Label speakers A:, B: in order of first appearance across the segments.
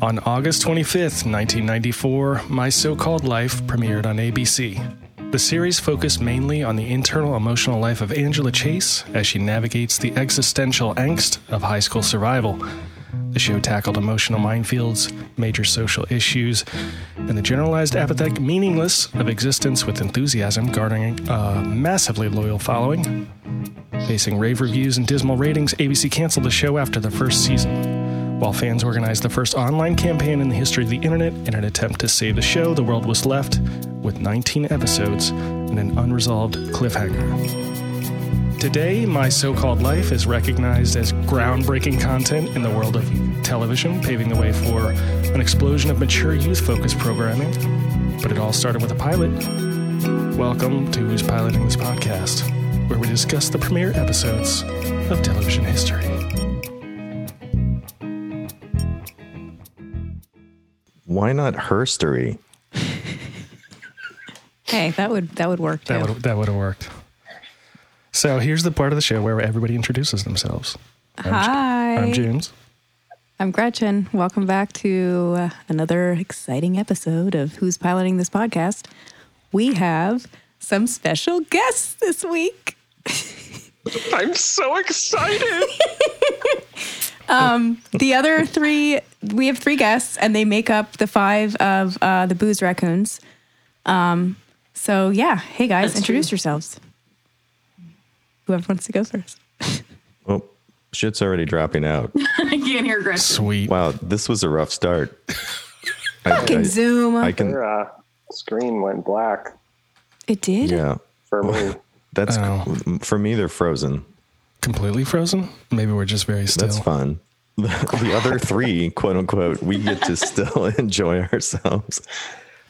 A: On August 25th, 1994, My So Called Life premiered on ABC. The series focused mainly on the internal emotional life of Angela Chase as she navigates the existential angst of high school survival. The show tackled emotional minefields, major social issues, and the generalized apathetic meaningless of existence with enthusiasm, garnering a massively loyal following. Facing rave reviews and dismal ratings, ABC canceled the show after the first season. While fans organized the first online campaign in the history of the internet in an attempt to save the show, the world was left with 19 episodes and an unresolved cliffhanger. Today, My So Called Life is recognized as groundbreaking content in the world of television, paving the way for an explosion of mature youth focused programming. But it all started with a pilot. Welcome to Who's Piloting This Podcast, where we discuss the premiere episodes of television history.
B: Why not herstory?
C: hey, that would that would work too.
A: That would that would have worked. So here's the part of the show where everybody introduces themselves.
C: I'm Hi.
A: I'm James.
C: I'm Gretchen. Welcome back to uh, another exciting episode of Who's Piloting This Podcast. We have some special guests this week.
D: I'm so excited.
C: um, the other three, we have three guests, and they make up the five of uh, the Booze Raccoons. Um, so, yeah. Hey, guys,
D: That's
C: introduce
D: true.
C: yourselves. Whoever wants to go first.
B: Well, shit's already dropping out.
D: I can't hear Gretchen.
A: Sweet.
B: Wow, this was a rough start. I,
C: Fucking
B: I,
C: Zoom.
B: I can,
E: Your uh, screen went black
C: it did?
B: yeah.
E: for me.
B: That's
A: Oh.
B: for me. They're frozen.
A: Completely frozen? Maybe we're just very still.
B: That's fun. The, the other three, quote unquote, we get to still enjoy ourselves.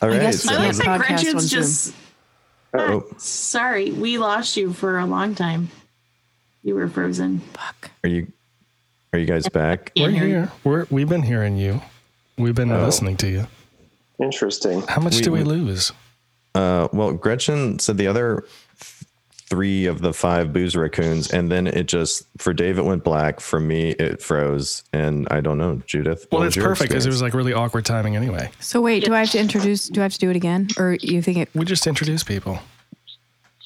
B: All right.
C: guess
B: so-
C: we
D: I like
C: Podcast
D: that
C: on
D: Gretchen's
C: Zoom.
D: just.
B: Oh.
D: Ah, sorry, we lost you for a long time. You were frozen.
C: Fuck.
B: are you are you guys back?
A: We're
D: Can't hear you.
A: here. We're, we've been hearing you. We've been listening to you.
E: Interesting.
A: How much
B: Oh. We-
A: do we,
B: we-
A: lose?
B: Uh, well, Gretchen said the other th- three of the five booze raccoons, and then it just for Dave it went black. For me, it froze, and I don't know, Judith.
A: Well,
B: what
A: it's
B: was your
A: perfect because it
B: experience?
A: was like really awkward timing anyway.
C: So, wait, do I have to introduce, do I have to do it again? Or you think it
A: We just introduce people.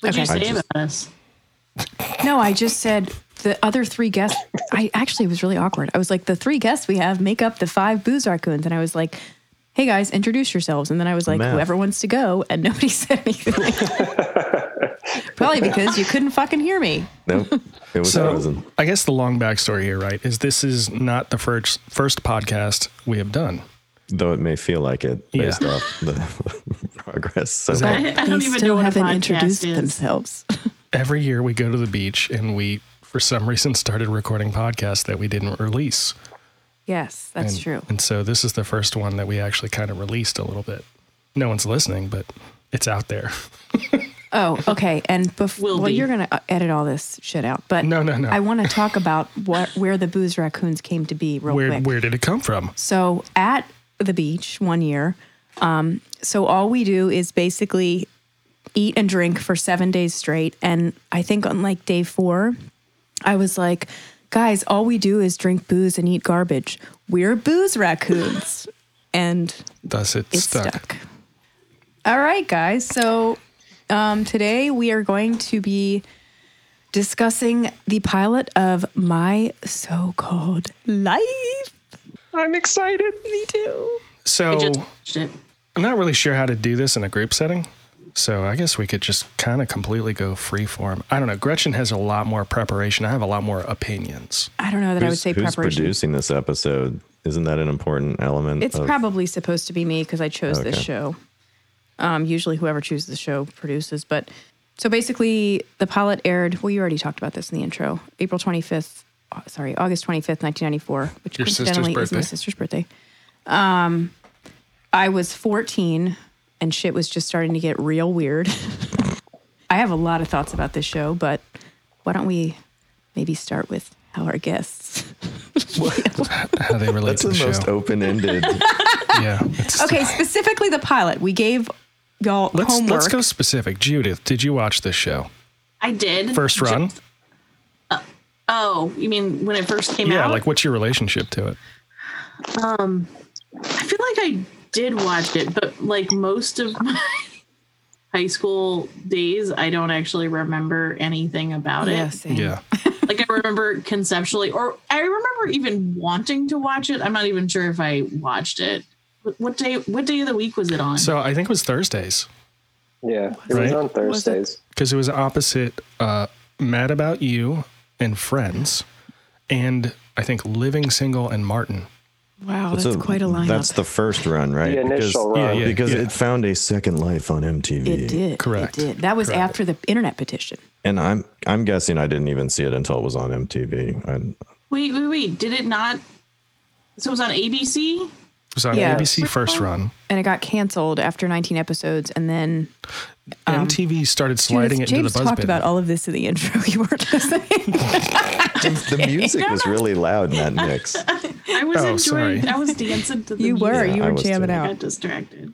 D: What'd you
C: Okay.
D: say
B: I just-
D: about us?
C: No, I just said the other three guests. I actually it was really awkward. I was like, the three guests we have make up the five booze raccoons, and I was like, "Hey guys, introduce yourselves." And then I was like,
B: Math.
C: "Whoever wants to go," and nobody said anything. Probably because you couldn't fucking hear me.
B: Nope, it was
A: So
B: frozen.
A: I guess the long backstory here, right, is this is not the first first podcast we have done.
B: Though it may feel like it
A: Yeah.
B: based off the progress. So
A: that-
D: I, I don't
C: they
D: even
C: still
D: know what a
C: haven't
D: podcast
C: introduced
D: is.
C: themselves.
A: Every year we go to the beach and we, for some reason, started recording podcasts that we didn't release.
C: yes, that's
A: And-
C: true.
A: And so this is the first one that we actually kind of released a little bit. No one's listening, but it's out there.
C: Oh, okay. And before
D: Will
C: well,
D: be.
C: you're gonna uh, edit all this shit out, but
A: No, no, no.
C: I want to talk about what where the booze raccoons came to be real
A: Where
C: Oh, quick.
A: where did it come from?
C: So at the beach one year, um, so all we do is basically eat and drink for seven days straight. And I think on like day four, I was like, guys, all we do is drink booze and eat garbage. We're booze raccoons. and
A: Thus it
C: it's
A: stuck.
C: stuck. All right, guys. So um, today we are going to be discussing the pilot of My So Called Life.
E: I'm excited.
C: Me too.
A: So
D: I just watched it.
A: I'm not really sure how to do this in a group setting. So I guess we could just kind of completely go free form. I don't know. Gretchen has a lot more preparation. I have a lot more opinions.
C: I don't know that I would
B: who's-
C: say
B: who's
C: preparation.
B: producing this episode? Isn't that an important element?
C: It's
B: of-
C: probably supposed to be me because I chose this
B: Okay.
C: show. Um, usually, whoever chooses the show produces. But so basically, the pilot aired. Well, you already talked about this in the intro. April twenty fifth. Sorry, August twenty fifth, nineteen ninety four, which
A: Your sister's
C: coincidentally is my
A: birthday.
C: sister's birthday. Um, I was fourteen, and shit was just starting to get real weird. I have a lot of thoughts about this show, but why don't we maybe start with how our guests?
A: How they relate
B: That's
A: to
B: the
A: the show.
B: most open-ended.
A: yeah. It's,
C: Okay, specifically the pilot. We gave y'all
A: Let's
C: homework.
A: let's go specific. Judith, did you watch this show?
D: I did.
A: First run?
D: Oh, you mean when it first came
A: Yeah,
D: out?
A: like what's your relationship to it?
D: I feel like I did watch it, but like most of my high school days, I don't actually remember anything about it.
C: same.
A: Yeah.
D: Like I remember conceptually, or I remember even wanting to watch it. I'm not even sure if I watched it. What- What day? What day of the week was it on?
A: So I think it was Thursdays
E: Yeah, it
A: Right.
E: was on
C: Was it-
E: Thursdays.
A: because it was opposite uh, Mad About You and Friends, and I think Living Single and Martin.
C: Wow, that's quite a lineup.
B: That's the first run, right?
E: The initial
B: because,
E: run.
A: Yeah, yeah.
B: because it found a second life on MTV.
C: it did.
A: Correct.
C: It did. That was after the internet petition.
B: And I'm I'm guessing I didn't even see it until it was on MTV. I,
D: Wait, wait, wait. Did it not? So it was on ABC?
A: It was on
C: Yeah.
A: ABC First Run.
C: And it got canceled after 19 episodes. And then
A: MTV started
C: Um, Dude,
A: sliding it into
C: James
A: the buzz
C: talked
A: bin.
C: about all of this in the intro. You weren't listening.
B: the music was really loud in that mix.
D: I was
A: Oh,
D: enjoying.
A: sorry.
D: I was dancing to the.
C: you were.
D: music.
C: you
B: I
C: were
B: was
C: jamming
B: too.
D: I
C: out.
D: got distracted.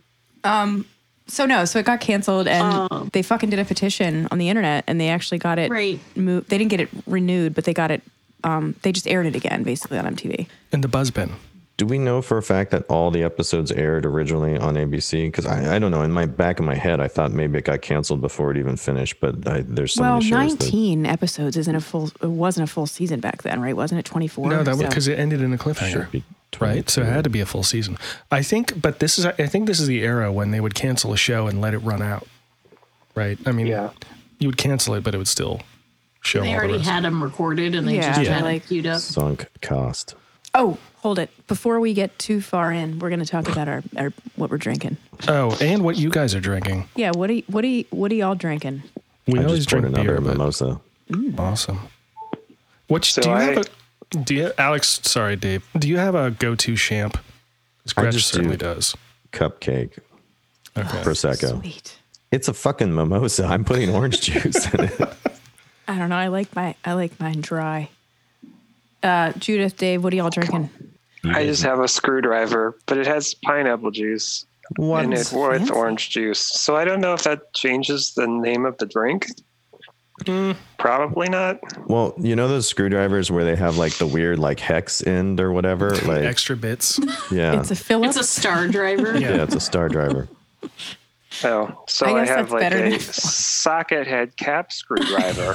C: So no, so it got canceled, and
D: Oh.
C: they fucking did a petition on the internet, and they actually got it.
D: Right.
C: Moved. They didn't get it renewed, but they got it. Um, they just aired it again, basically on MTV.
A: in the buzz bin.
B: Do we know for a fact that all the episodes aired originally on ABC? Because I, I don't know. In my back of my head, I thought maybe it got canceled before it even finished. But I, there's so
C: well,
B: many shows that
C: 19 episodes isn't a full. It wasn't a full season back then, right? Wasn't it 24?
A: No, that was
C: So-
A: because it ended in a cliffhanger.
B: should be
A: Right, so it
B: 22.
A: had to be a full season. I think, but this is I think this is the era when they would cancel a show and let it run out. Right, I mean,
E: Yeah.
A: you would cancel it, but it would still show
D: They
A: all the
D: already
A: rest.
D: had them recorded and they
C: Yeah,
D: just
C: Yeah.
D: had
C: like-
D: it queued up.
B: sunk cost.
C: Oh, hold it! Before we get too far in, we're going to talk about our, our what we're drinking.
A: oh, and what you guys are drinking?
C: Yeah, what do you, what do you, what are y'all drinking?
A: We
B: I
A: always
B: just poured
A: drink
B: another
A: beer, but
B: mimosa.
A: awesome. What
E: So
A: do you
E: I-
A: have? A, do you, Alex? Sorry, Dave. Do you have a go-to champ? 'Cause
B: I
A: Gretsch
B: just
A: certainly
B: do.
A: does.
B: Cupcake.
A: Okay.
B: Prosecco.
C: Oh, Sweet.
B: It's a fucking mimosa. I'm putting orange juice in it.
C: I don't know. I like my I like mine dry. Uh, Judith, Dave, what are y'all drinking?
E: I just have a screwdriver, but it has pineapple juice in it with
C: Fancy.
E: orange juice. So I don't know if that changes the name of the drink.
C: Hmm.
E: Probably not.
B: Well, you know those screwdrivers where they have like the weird like hex end or whatever? Like
A: Extra bits.
E: Uh,
B: yeah.
C: It's a Phillips.
D: It's a star driver.
A: Yeah.
B: yeah, it's a star driver.
E: Oh, so
C: I
E: I,
C: guess that's
E: have like
C: better
E: a
C: than-
E: socket head cap screwdriver.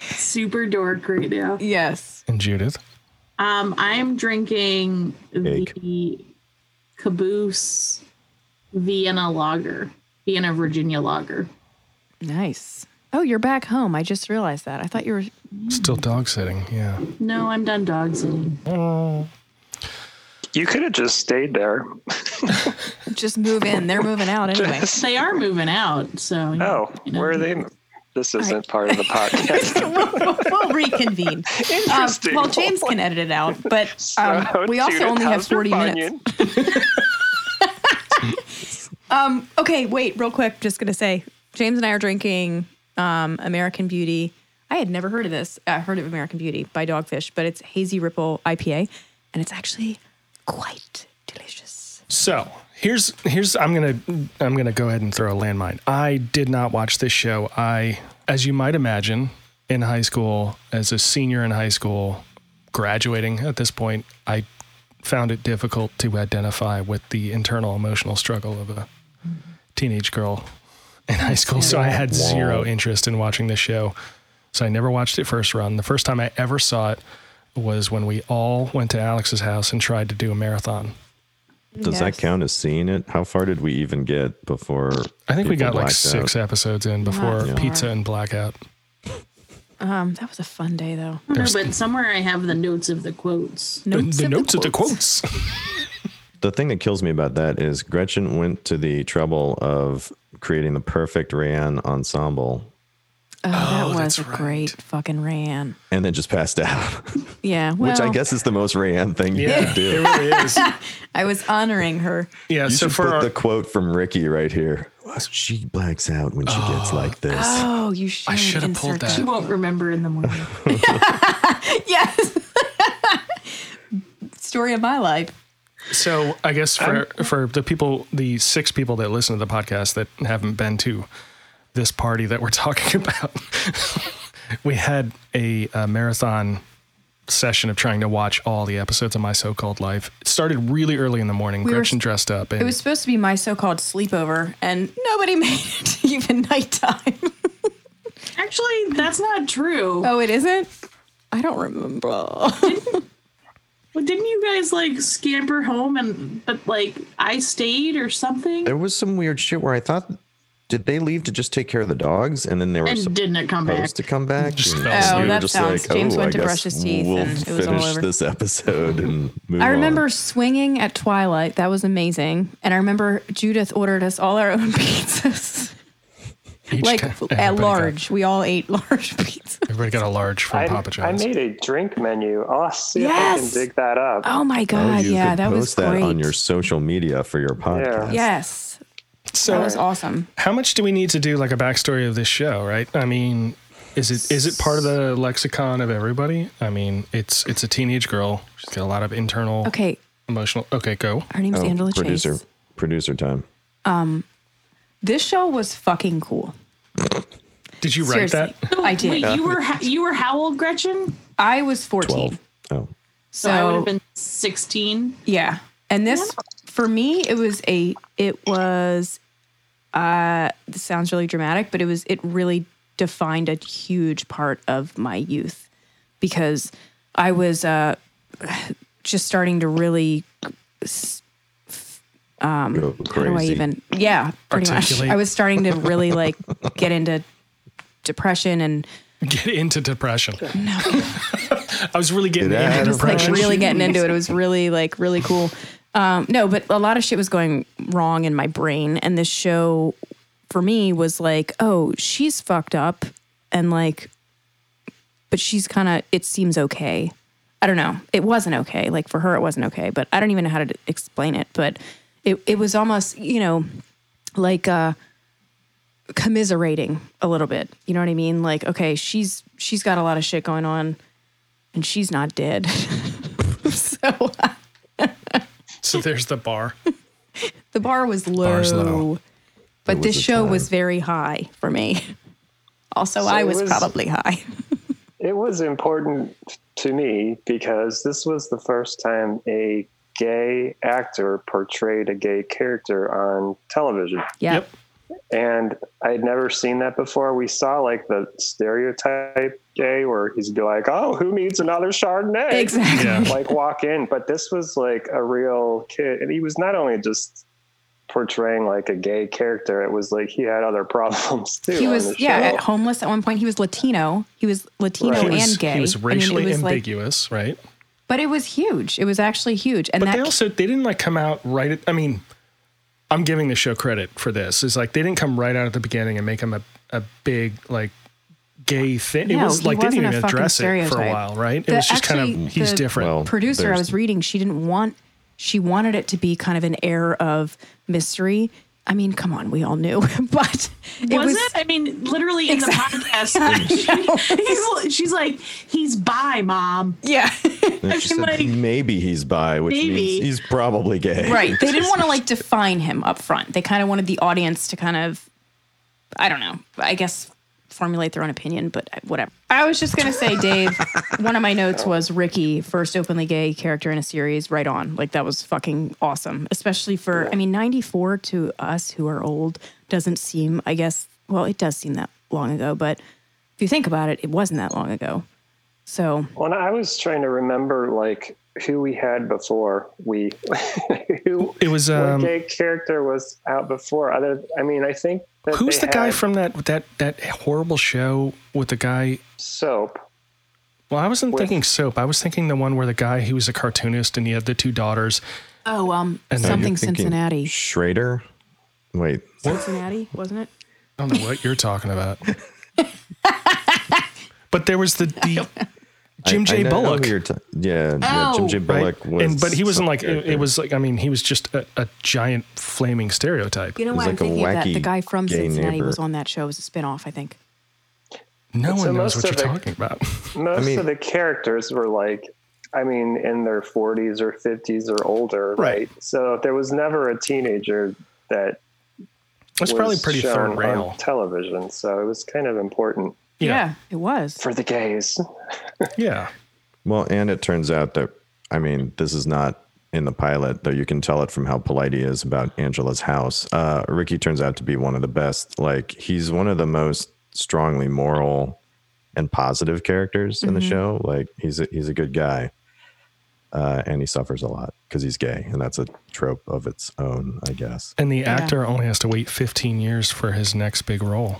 D: Super dork right now.
C: yes.
A: And Judith,
D: Um, I'm drinking the
B: Cake.
D: Caboose Vienna Lager, Vienna Virginia Lager.
C: Nice. Oh, you're back home. I just realized that. I thought you were.
A: still dog sitting. Yeah.
D: No, I'm done dog sitting.
E: you could have just stayed there.
C: Just move in. They're moving out anyway.
D: They are moving out, so
E: Oh, where are they? This isn't part of the
C: Um,
E: podcast.
C: we'll, we'll reconvene. Uh,
E: Interesting.
C: well, James can edit it out, but um,
E: So,
C: we also
E: Judith,
C: only have
E: Oh, how's your
C: 40 minutes.
E: bunion?
C: Okay, wait, real quick. Just gonna say, James and I are drinking um, American Beauty. I had never heard of this. I heard of American Beauty by Dogfish, but it's Hazy Ripple IPA, and it's actually quite delicious.
A: So here's here's I'm gonna I'm gonna go ahead and throw a landmine. I did not watch this show. I, as you might imagine, in high school, as a senior in high school, graduating at this point, I found it difficult to identify with the internal emotional struggle of a teenage girl in high school. So I had zero interest in watching this show. So I never watched it first run. The first time I ever saw it was when we all went to Alex's house and tried to do a marathon.
B: Does
C: Yes.
B: that count as seeing it? How far did we even get before?
A: I think we
B: people
A: got like
B: blacked
A: six
B: out?
A: episodes in before
C: far.
A: pizza and blackout.
C: Um, that was a fun day though.
D: No, but somewhere I have the notes of the quotes.
C: Notes
A: the
C: of
A: notes of the
C: quotes.
A: quotes.
B: The thing that kills me about that is Gretchen went to the trouble of creating the perfect Rayanne ensemble
C: Oh, that was
A: that's
C: a
A: right.
C: great fucking ran.
B: and then just passed out,
C: Yeah, well,
B: which I guess is the most Rayanne thing you
A: Yeah,
B: could do.
A: it really is.
C: I was honoring her.
A: Yeah.
B: You
A: so
B: should
A: for
B: put
A: our,
B: the quote from Ricky right here. She blacks out when she gets like this.
C: Oh, you should.
A: I should have pulled
C: insert
A: that.
D: She won't remember in the morning.
C: Yes. Story of my life.
A: So I guess for for the people, the six people that listen to the podcast that haven't been to this party that we're talking about, we had a, uh marathon session of trying to watch all the episodes of My So Called Life. It started really early in the morning.
C: were
A: Gretchen
C: s-
A: dressed up. And
C: It was supposed to be my so-called sleepover, and nobody made it to even nighttime.
D: Actually, that's not true.
C: oh, it isn't. I don't remember.
D: Well, didn't you guys like scamper home and but like I stayed or something
B: There was some weird shit where I thought, did they leave to just take care of the dogs, and then they were
D: and
B: supposed
D: didn't it come back?
B: to come back? Mm.
A: Just
B: And
A: fell
B: we
A: asleep.
B: were
A: Oh,
C: that
B: just
C: sounds- James
B: "Oh,
C: went
B: I
C: to brush
B: guess
C: his teeth
B: we'll
C: and it was all
B: finish
C: over."
B: this episode and move
C: I remember
B: on.
C: swinging at twilight. That was amazing. And I remember Judith ordered us all our own pizzas,
A: each
C: like
A: ca-
C: at
A: everybody got-
C: large. we all ate large pizzas.
A: everybody got a large from
E: I,
A: Papa
E: I
A: John's.
E: made a drink menu. I'll see if I
C: Yes!
E: can dig that up.
C: Oh my
B: Oh,
C: god!
B: you
C: yeah,
B: could
C: that
B: post
C: was
B: that
C: great.
B: on your social media for your podcast.
C: yes,
A: so
C: that was awesome.
A: How much do we need to do like a backstory of this show, right? I mean, is it is it part of the lexicon of everybody? I mean, it's it's a teenage girl. She's got a lot of internal
C: Okay,
A: emotional. Okay, go.
C: her name's
B: Oh,
C: Angela
B: producer,
C: Chase.
B: producer time.
C: This show was fucking cool.
A: Did you write
C: Seriously,
A: that?
C: I did.
D: Oh, Wait, you were ho- you were how old, Gretchen?
C: I was fourteen.
B: Twelve. Oh,
D: So, I would
C: So-
D: have been sixteen.
C: Yeah. And this for me it was a it was uh this sounds really dramatic, but it was it really defined a huge part of my youth because I was uh just starting to really
B: go
C: how
B: crazy.
C: do I even yeah, pretty
A: Articulate.
C: much. I was starting to really like get into depression and
A: Get into depression. No. I was really getting
B: Get out
A: into
B: of
C: like
A: depression.
C: really getting into it. It was really like really cool. Um, no, but a lot of shit was going wrong in my brain, and this show for me was like, oh, she's fucked up, and like, but she's kind of. It seems okay. I don't know. It wasn't okay. Like for her, it wasn't okay. But I don't even know how to d- explain it. But it it was almost you know like uh commiserating a little bit. You know what I mean? Like okay, she's she's got a lot of shit going on and she's not dead. so uh,
A: so there's the bar.
C: the bar was low,
A: Bar's low.
C: but
B: was
C: this
B: a
C: show
B: time.
C: was very high for me. Also, I
E: it
C: was,
E: was-
C: probably high.
E: It was important to me because this was the first time a gay actor portrayed a gay character on television.
C: Yeah.
A: Yep.
E: and I'd never seen that before. We saw like the stereotype day where he's be like, "Oh, who needs another Chardonnay?"
C: Exactly.
A: Yeah.
E: Like walk in, but this was like a real kid, and he was not only just portraying like a gay character; it was like he had other problems too.
C: He
E: on
C: was
E: the
C: yeah
E: show.
C: at homeless at one point. He was Latino. He was Latino
E: Right.
A: He
C: and
A: was,
C: gay.
A: he was
C: I mean, it
A: racially
C: was like-
A: ambiguous, right?
C: but it was huge. It was actually huge. And
A: But
C: that
A: they also they didn't like come out right. At, I mean, I'm giving the show credit for this. Is like they didn't come right out at the beginning and make him a a big like gay thing. it
C: No,
A: was
C: he
A: like they didn't
C: wasn't a
A: even
C: fucking
A: address it for a
C: stereotype.
A: while, right?
C: The-
A: it was just kind
C: actually,
A: of he's
C: the-
A: different.
B: Well,
C: producer I
B: there's-
C: was reading, she didn't want she wanted it to be kind of an air of mystery. I mean, come on, we all knew, but it
D: was
C: was
D: it? I mean, literally in the podcast, she- he's, she's like, he's by mom.
C: yeah.
B: And she
D: I'm
B: said,
D: like,
B: maybe he's bi, which
D: maybe.
B: means he's probably gay.
C: Right. They didn't want to like define him up front. They kind of wanted the audience to kind of, I don't know, I guess formulate their own opinion, but whatever. I was just going to say, Dave, one of my notes was Ricky, first openly gay character in a series, right on. Like that was fucking awesome, especially for, I mean, 94 to us who are old doesn't seem, I guess, well, it does seem that long ago, but if you think about it, it wasn't that long ago. So
E: Well, I was trying to remember like who we had before we who
A: It was
E: what
A: um,
E: gay character was out before. Other, I mean, I think that
A: who's
E: they
A: the guy
E: had
A: from that that that horrible show with the guy.
E: soap.
A: Well, I wasn't
E: With-
A: thinking soap. I was thinking the one where the guy he was a cartoonist and he had the two daughters.
C: Oh, um
A: then
B: You're
C: something
B: thinking
C: Cincinnati.
B: Schrader. Wait,
C: Cincinnati, wasn't it?
A: I don't know what you're talking about. but there was the, the Jim J.
B: I know
A: Bullock.
B: who you're ta- yeah, yeah, Jim J.
A: right?
B: Bullock was.
A: and but he wasn't
B: some
A: like it,
B: character.
A: it was like I mean he was just a, a giant flaming stereotype.
C: You know
B: It was
C: what? I'm
B: like a
C: thinking of that. The
B: wacky
C: guy from
B: gay
C: Cincinnati
B: neighbor.
C: was on that show. It was a spinoff, I think.
A: No
E: So
A: one knows what
E: most
A: you're
E: of it-
A: talking about.
E: Most
B: mean-
E: of the characters were like, I mean, in their 40s or 50s or older,
A: Right.
E: right? So there was never a teenager that
A: That's
E: was
A: probably pretty
E: shown
A: third rail.
E: on television. So it was kind of important
A: Yeah.
C: it was.
E: for the gays.
A: Yeah.
B: Well, and it turns out that I mean, this is not in the pilot, though you can tell it from how polite he is about Angela's house. Uh, Ricky turns out to be one of the best. Like he's one of the most strongly moral and positive characters in the show. Like he's a, he's a good guy, uh, and he suffers a lot because he's gay, and that's a trope of its own, I guess.
A: And the actor only has to wait 15 years for his next big role.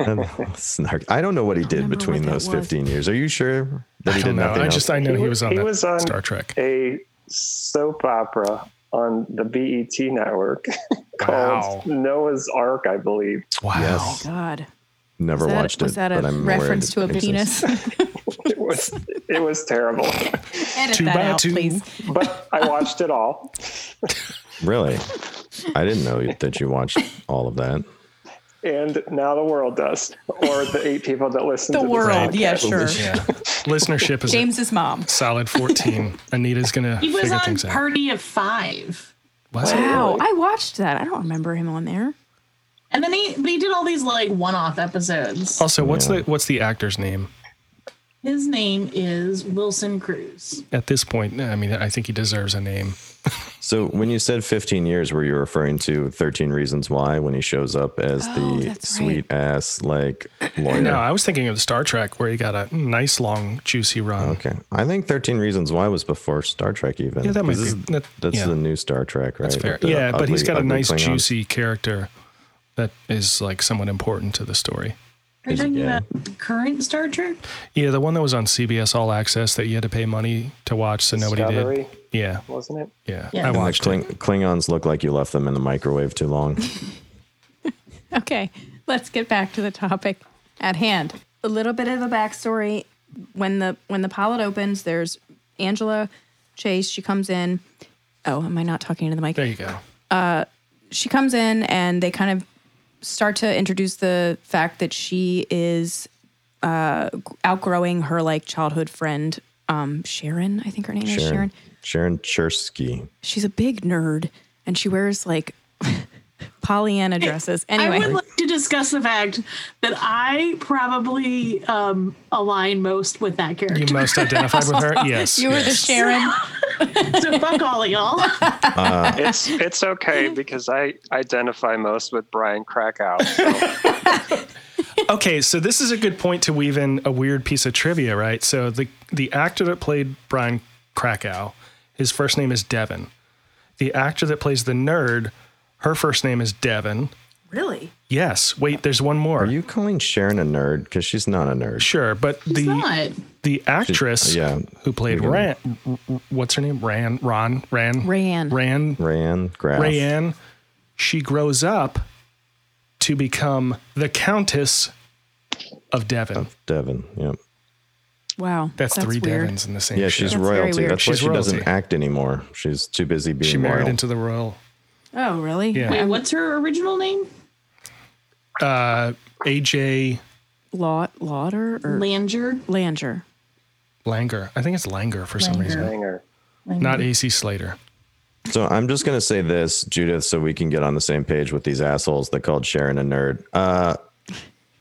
B: And snark. I don't know what he did
C: remember
B: between
C: what that
B: those
C: was.
B: fifteen years. Are you sure
A: I
B: that he did
A: don't know.
B: nothing
A: I
B: else?
A: just I know
E: He
A: he,
E: wa-
A: was on
E: he
A: that
E: was on
A: Star Trek.
E: a soap opera on the BET network
A: Wow.
E: called Noah's Ark, I believe.
A: Wow.
B: Yes.
C: God.
B: Never
C: Was that,
B: watched it.
C: was that a
B: but I'm aware
C: reference
B: it
C: to a
B: exists.
C: penis?
E: It was it was terrible,
C: Edit
A: Two
C: that
A: by
C: out,
A: two.
C: please.
E: but I watched it all.
B: Really? I didn't know that you watched all of that.
E: and now the world does, or the eight people that listen
C: The
E: to
C: world.
E: This podcast.
C: Yeah, sure.
A: Yeah. Listenership is a
C: James's mom.
A: solid 14. Anita's going to
D: He was
A: figure
D: on
A: things out.
D: Party of Five,
A: Was it?
C: Wow. Oh, I watched that. I don't remember him on there.
D: and then he but he did all these like one-off episodes.
A: Also, what's
B: Yeah.
A: the what's the actor's name?
D: His name is Wilson Cruz.
A: At this point, I mean, I think he deserves a name.
B: So when you said 15 years, were you referring to 13 Reasons Why when he shows up as
C: Oh,
B: the
C: that's right.
B: sweet ass like lawyer?
A: No, Oh, I was thinking of the Star Trek where he got a nice long juicy run.
B: Okay. I think 13 Reasons Why was before Star Trek even.
A: Yeah, that might
B: This is-
A: be. That,
B: That's
A: yeah,
B: the new Star Trek, right?
A: that's fair.
B: With the
A: Yeah, but he's
B: ugly-
A: got a
B: ugly
A: nice
B: Klingons.
A: juicy character that is like somewhat important to the story.
D: Are you
B: Is he
D: talking
B: gay?
D: about the current Star Trek?
A: Yeah, the one that was on CBS All Access that you had to pay money to watch, so nobody
E: Discovery,
A: did. Yeah,
E: wasn't it?
A: yeah,
D: Yeah.
A: I
D: And
B: And the
A: watched it.
B: Kling- Klingons look like you left them in the microwave too long.
C: Okay, let's get back to the topic at hand. A little bit of a backstory. When the when the pilot opens, there's Angela Chase. She comes in. Oh, am I not talking to the mic?
A: There you go.
C: she comes in and they kind of start to introduce the fact that she is uh, outgrowing her like childhood friend um, Sharon. I think her name is Sharon.
B: Sharon, Sharon Chersky.
C: She's a big nerd and she wears like Pollyanna dresses. Anyway,
D: I would like to discuss the fact that I probably um, align most with that character.
A: You most identified with her? Yes.
C: you were the
A: yes.
C: Sharon.
D: so fuck all of y'all.
E: It's it's okay because I identify most with Brian Krakow.
A: Okay, so this is a good point to weave in a weird piece of trivia, right? So the the actor that played Brian Krakow, his first name is Devin. The actor that plays the nerd, her first name is Devin.
C: Really?
A: Yes. Wait, there's one more.
B: Are you calling Sharon a nerd? Because she's not a nerd.
A: sure? But the
D: Not.
A: the actress
B: yeah.
A: who played Ran, what's her name? Ran, Ron, Ran,
C: Ran.
A: Ran,
B: Rayan Graf.
A: Rayanne, she grows up to become the Countess of
B: Oh.
A: Devon.
B: Devin. Yeah.
C: Wow.
A: That's, three
C: weird.
A: Devons in the same.
B: Yeah,
A: show.
B: she's
C: That's very
B: royalty.
C: weird.
B: That's
A: She's
B: why she doesn't
A: royalty.
B: act anymore. She's too busy being
A: she married
B: royal.
A: into the royal
C: Oh, really?
A: Yeah.
D: Wait, what's her original name?
A: AJ
C: Law, Lauder or
D: Langer.
C: Langer.
A: Langer. I think it's Langer for some
D: Langer.
A: reason,
E: Hanger.
A: not AC Slater.
B: so I'm just gonna say this, Judith, so we can get on the same page with these assholes that called Sharon a nerd. Uh,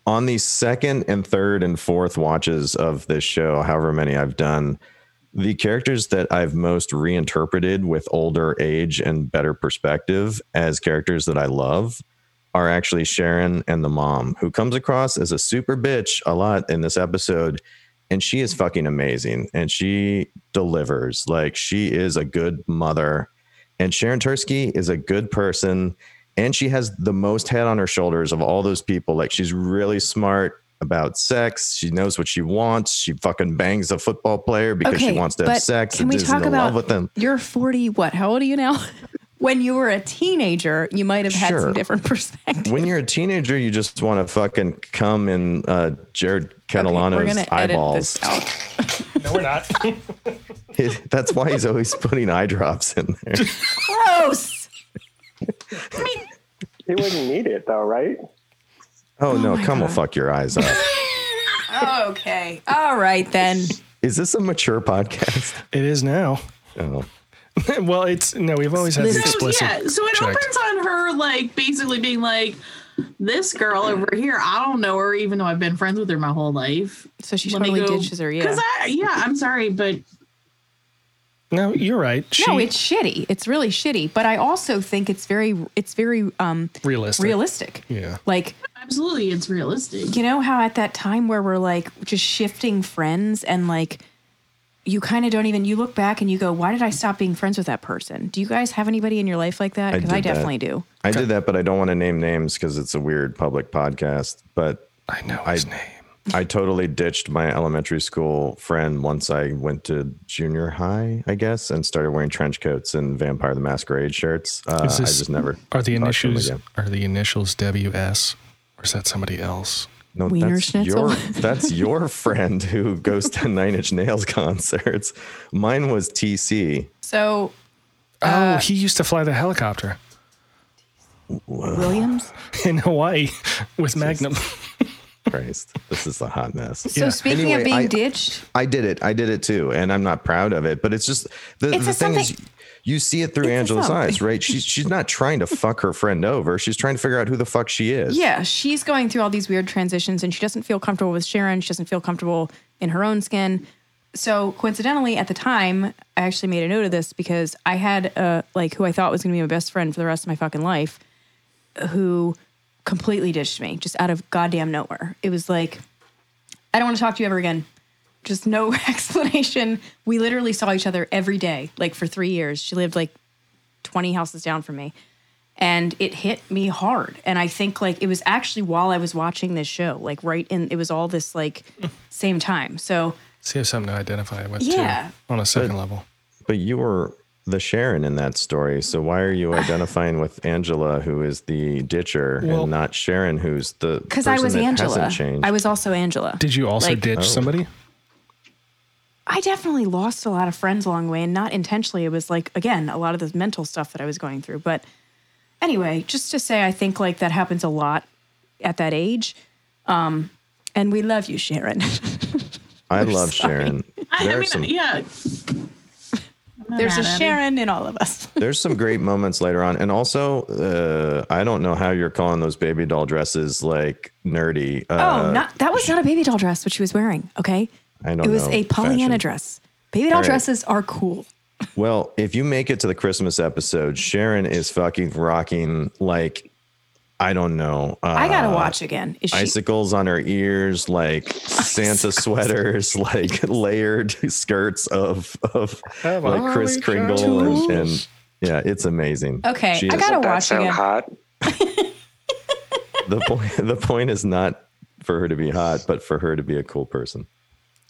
B: on the second and third and fourth watches of this show, however many I've done, the characters that I've most reinterpreted with older age and better perspective as characters that I love are actually Sharon and the mom, who comes across as a super bitch a lot in this episode. And she is fucking amazing. And she delivers. Like, she is a good mother. And Sharon Tursky is a good person. And she has the most head on her shoulders of all those people. Like, she's really smart about sex. She knows what she wants. She fucking bangs a football player because she wants to have
C: but
B: sex
C: Can
B: and
C: we
B: is in
C: talk
B: love
C: about
B: with them.
C: You're 40. What? How old are you now? when you were a teenager, you might have had
B: Sure.
C: some different perspective.
B: When you're a teenager, you just want to fucking come in uh, Jared
C: we're
B: Catalano's
C: gonna
B: eyeballs.
C: edit this out.
A: No, we're not.
B: That's why he's always putting eye drops in there.
C: Gross.
E: He wouldn't need it though, right?
B: Oh, no, come will fuck your eyes up.
C: Okay. All right then.
B: Is this a mature podcast?
A: it is now.
B: Oh.
A: well, it's no. We've always had the
C: Listen.
D: So
A: explicit.
D: yeah, so it
A: checked.
D: opens on her like basically being like, This girl over here, I don't know her, even though I've been friends with her my whole life.
C: So she
D: Let me
C: totally
D: go-
C: ditches her. Yeah.
D: Because I, yeah, I'm sorry, but
A: No, you're right. She
C: no, it's shitty. It's really shitty. But I also think it's very, it's very um,
A: realistic.
C: realistic.
A: Yeah.
C: Like
D: absolutely, it's realistic.
C: you know how at that time where we're like just shifting friends and like you kind of don't even you look back and you go why did i stop being friends with that person do you guys have anybody in your life like that
B: I
C: because i,
B: did that.
C: definitely do
B: I did that, but I don't want to name names because it's a weird public podcast. But
A: I know his name.
B: I totally ditched my elementary school friend once I went to junior high, I guess, and started wearing trench coats and Vampire the Masquerade shirts. Uh,
A: Is
B: I
A: this-
B: just never.
A: Are the
B: talked to him
A: initials
B: again.
A: are the initials WS or is that somebody else?
B: No,
C: Wiener
B: that's
C: Schnitzel?
B: your that's your friend who goes to Nine Inch Nails concerts. Mine was TC.
C: so Uh,
A: oh, he used to fly the helicopter
C: williams
A: in Hawaii with Magnum.
B: Christ, this is a hot mess.
A: Yeah.
C: so speaking
B: Anyway,
C: of being
B: I-
C: ditched
B: I did it. I did it too, and I'm not proud of it. But it's just the,
C: It's
B: the
C: a
B: thing is,
C: something-
B: you see it through
C: It's a
B: Angela's
C: something.
B: eyes, right? She's she's not trying to fuck her friend over. She's trying to figure out who the fuck she is.
C: yeah she's going through all these weird transitions and she doesn't feel comfortable with sharon she doesn't feel comfortable in her own skin so coincidentally at the time i actually made a note of this because i had uh like who i thought was going to be my best friend for the rest of my fucking life who completely ditched me just out of goddamn nowhere. It was like, I don't want to talk to you ever again. Just no explanation. We literally saw each other every day, like for three years. She lived like 20 houses down from me. And it hit me hard. And I think like it was actually while I was watching this show, like right in, it was all this like same time. So
A: See, I have something to identify with
C: Yeah.
A: too on a second level.
B: But you were the Sharon in that story. So why are you identifying with Angela, who is the ditcher,
A: Well-
B: and not Sharon, who's the
C: because I
B: person
C: was
B: that
C: Angela,
B: hasn't changed?
C: I was also Angela.
A: Did you also
C: Like-
A: ditch
B: Oh.
A: somebody?
C: I definitely lost a lot of friends along the way, and not intentionally. It was like again a lot of this mental stuff that I was going through. But anyway, just to say, I think like that happens a lot at that age. Um, and we love you, Sharon.
B: I love Sharon.
D: I, I
B: There are
D: mean,
B: some
D: yeah.
C: There's a
D: mad at him.
C: Sharon in all of us.
B: There's some great moments later on, and also uh, I don't know how you're calling those baby doll dresses like nerdy. Uh,
C: oh, not, that was not a baby doll dress what she was wearing. Okay,
B: I don't
C: it was
B: know,
C: a Pollyanna
B: fashion.
C: dress. Baby doll
B: right.
C: dresses are cool.
B: Well, if you make it to the Christmas episode, Sharon is fucking rocking like I don't know. Uh,
C: I gotta watch again. Is she?
B: icicles on her ears, like Santa sweaters, like layered skirts of of
A: Have I
B: like Chris
A: really
B: Kringle and,
A: tools?
B: and yeah, it's amazing.
C: Okay,
B: She
C: I
B: is-
C: gotta
E: that
C: watch
E: sound
C: again.
E: hot?
B: the point the point is not for her to be hot, but for her to be a cool person.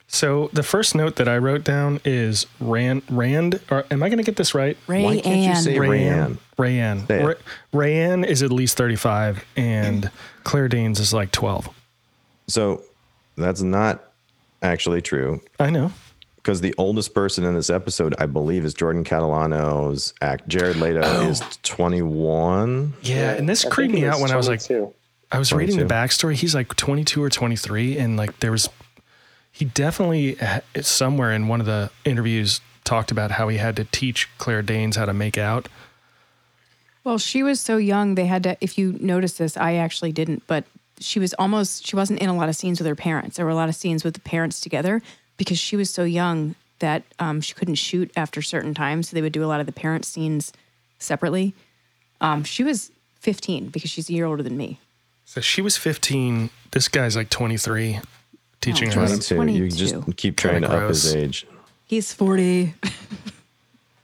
A: So the first note that I wrote down is Rand. Rand, or am I going to get this right?
C: Ray
B: Why can't you
C: Ann.
B: say Rayanne?
A: Rayanne.
B: Say it.
A: Ra- Rayanne is at least 35, and Claire Danes is like 12.
B: So that's not actually true
A: I know.
B: because the oldest person in this episode, I believe, is Jordan Catalano's act. Jared Leto is 21.
A: Yeah, and this
E: I think
A: creeped
E: it
A: me out when I was like,
E: 22.
A: I was reading the
B: 22.
A: backstory. He's like 22 or 23, and like there was, he definitely ha- somewhere in one of the interviews talked about how he had to teach Claire Danes how to make out.
C: Well, she was so young, they had to, if you notice this, I actually didn't, but she was almost, she wasn't in a lot of scenes with her parents. There were a lot of scenes with the parents together because she was so young that um, she couldn't shoot after certain times. So they would do a lot of the parent scenes separately. Um, she was 15 because she's a year older than me.
A: So she was 15. This guy's like 23, teaching
E: Oh,
A: her. How to,
B: 22. You just
C: 22.
B: keep trying
A: Kinda
B: to up
A: gross.
B: his age.
C: He's 40.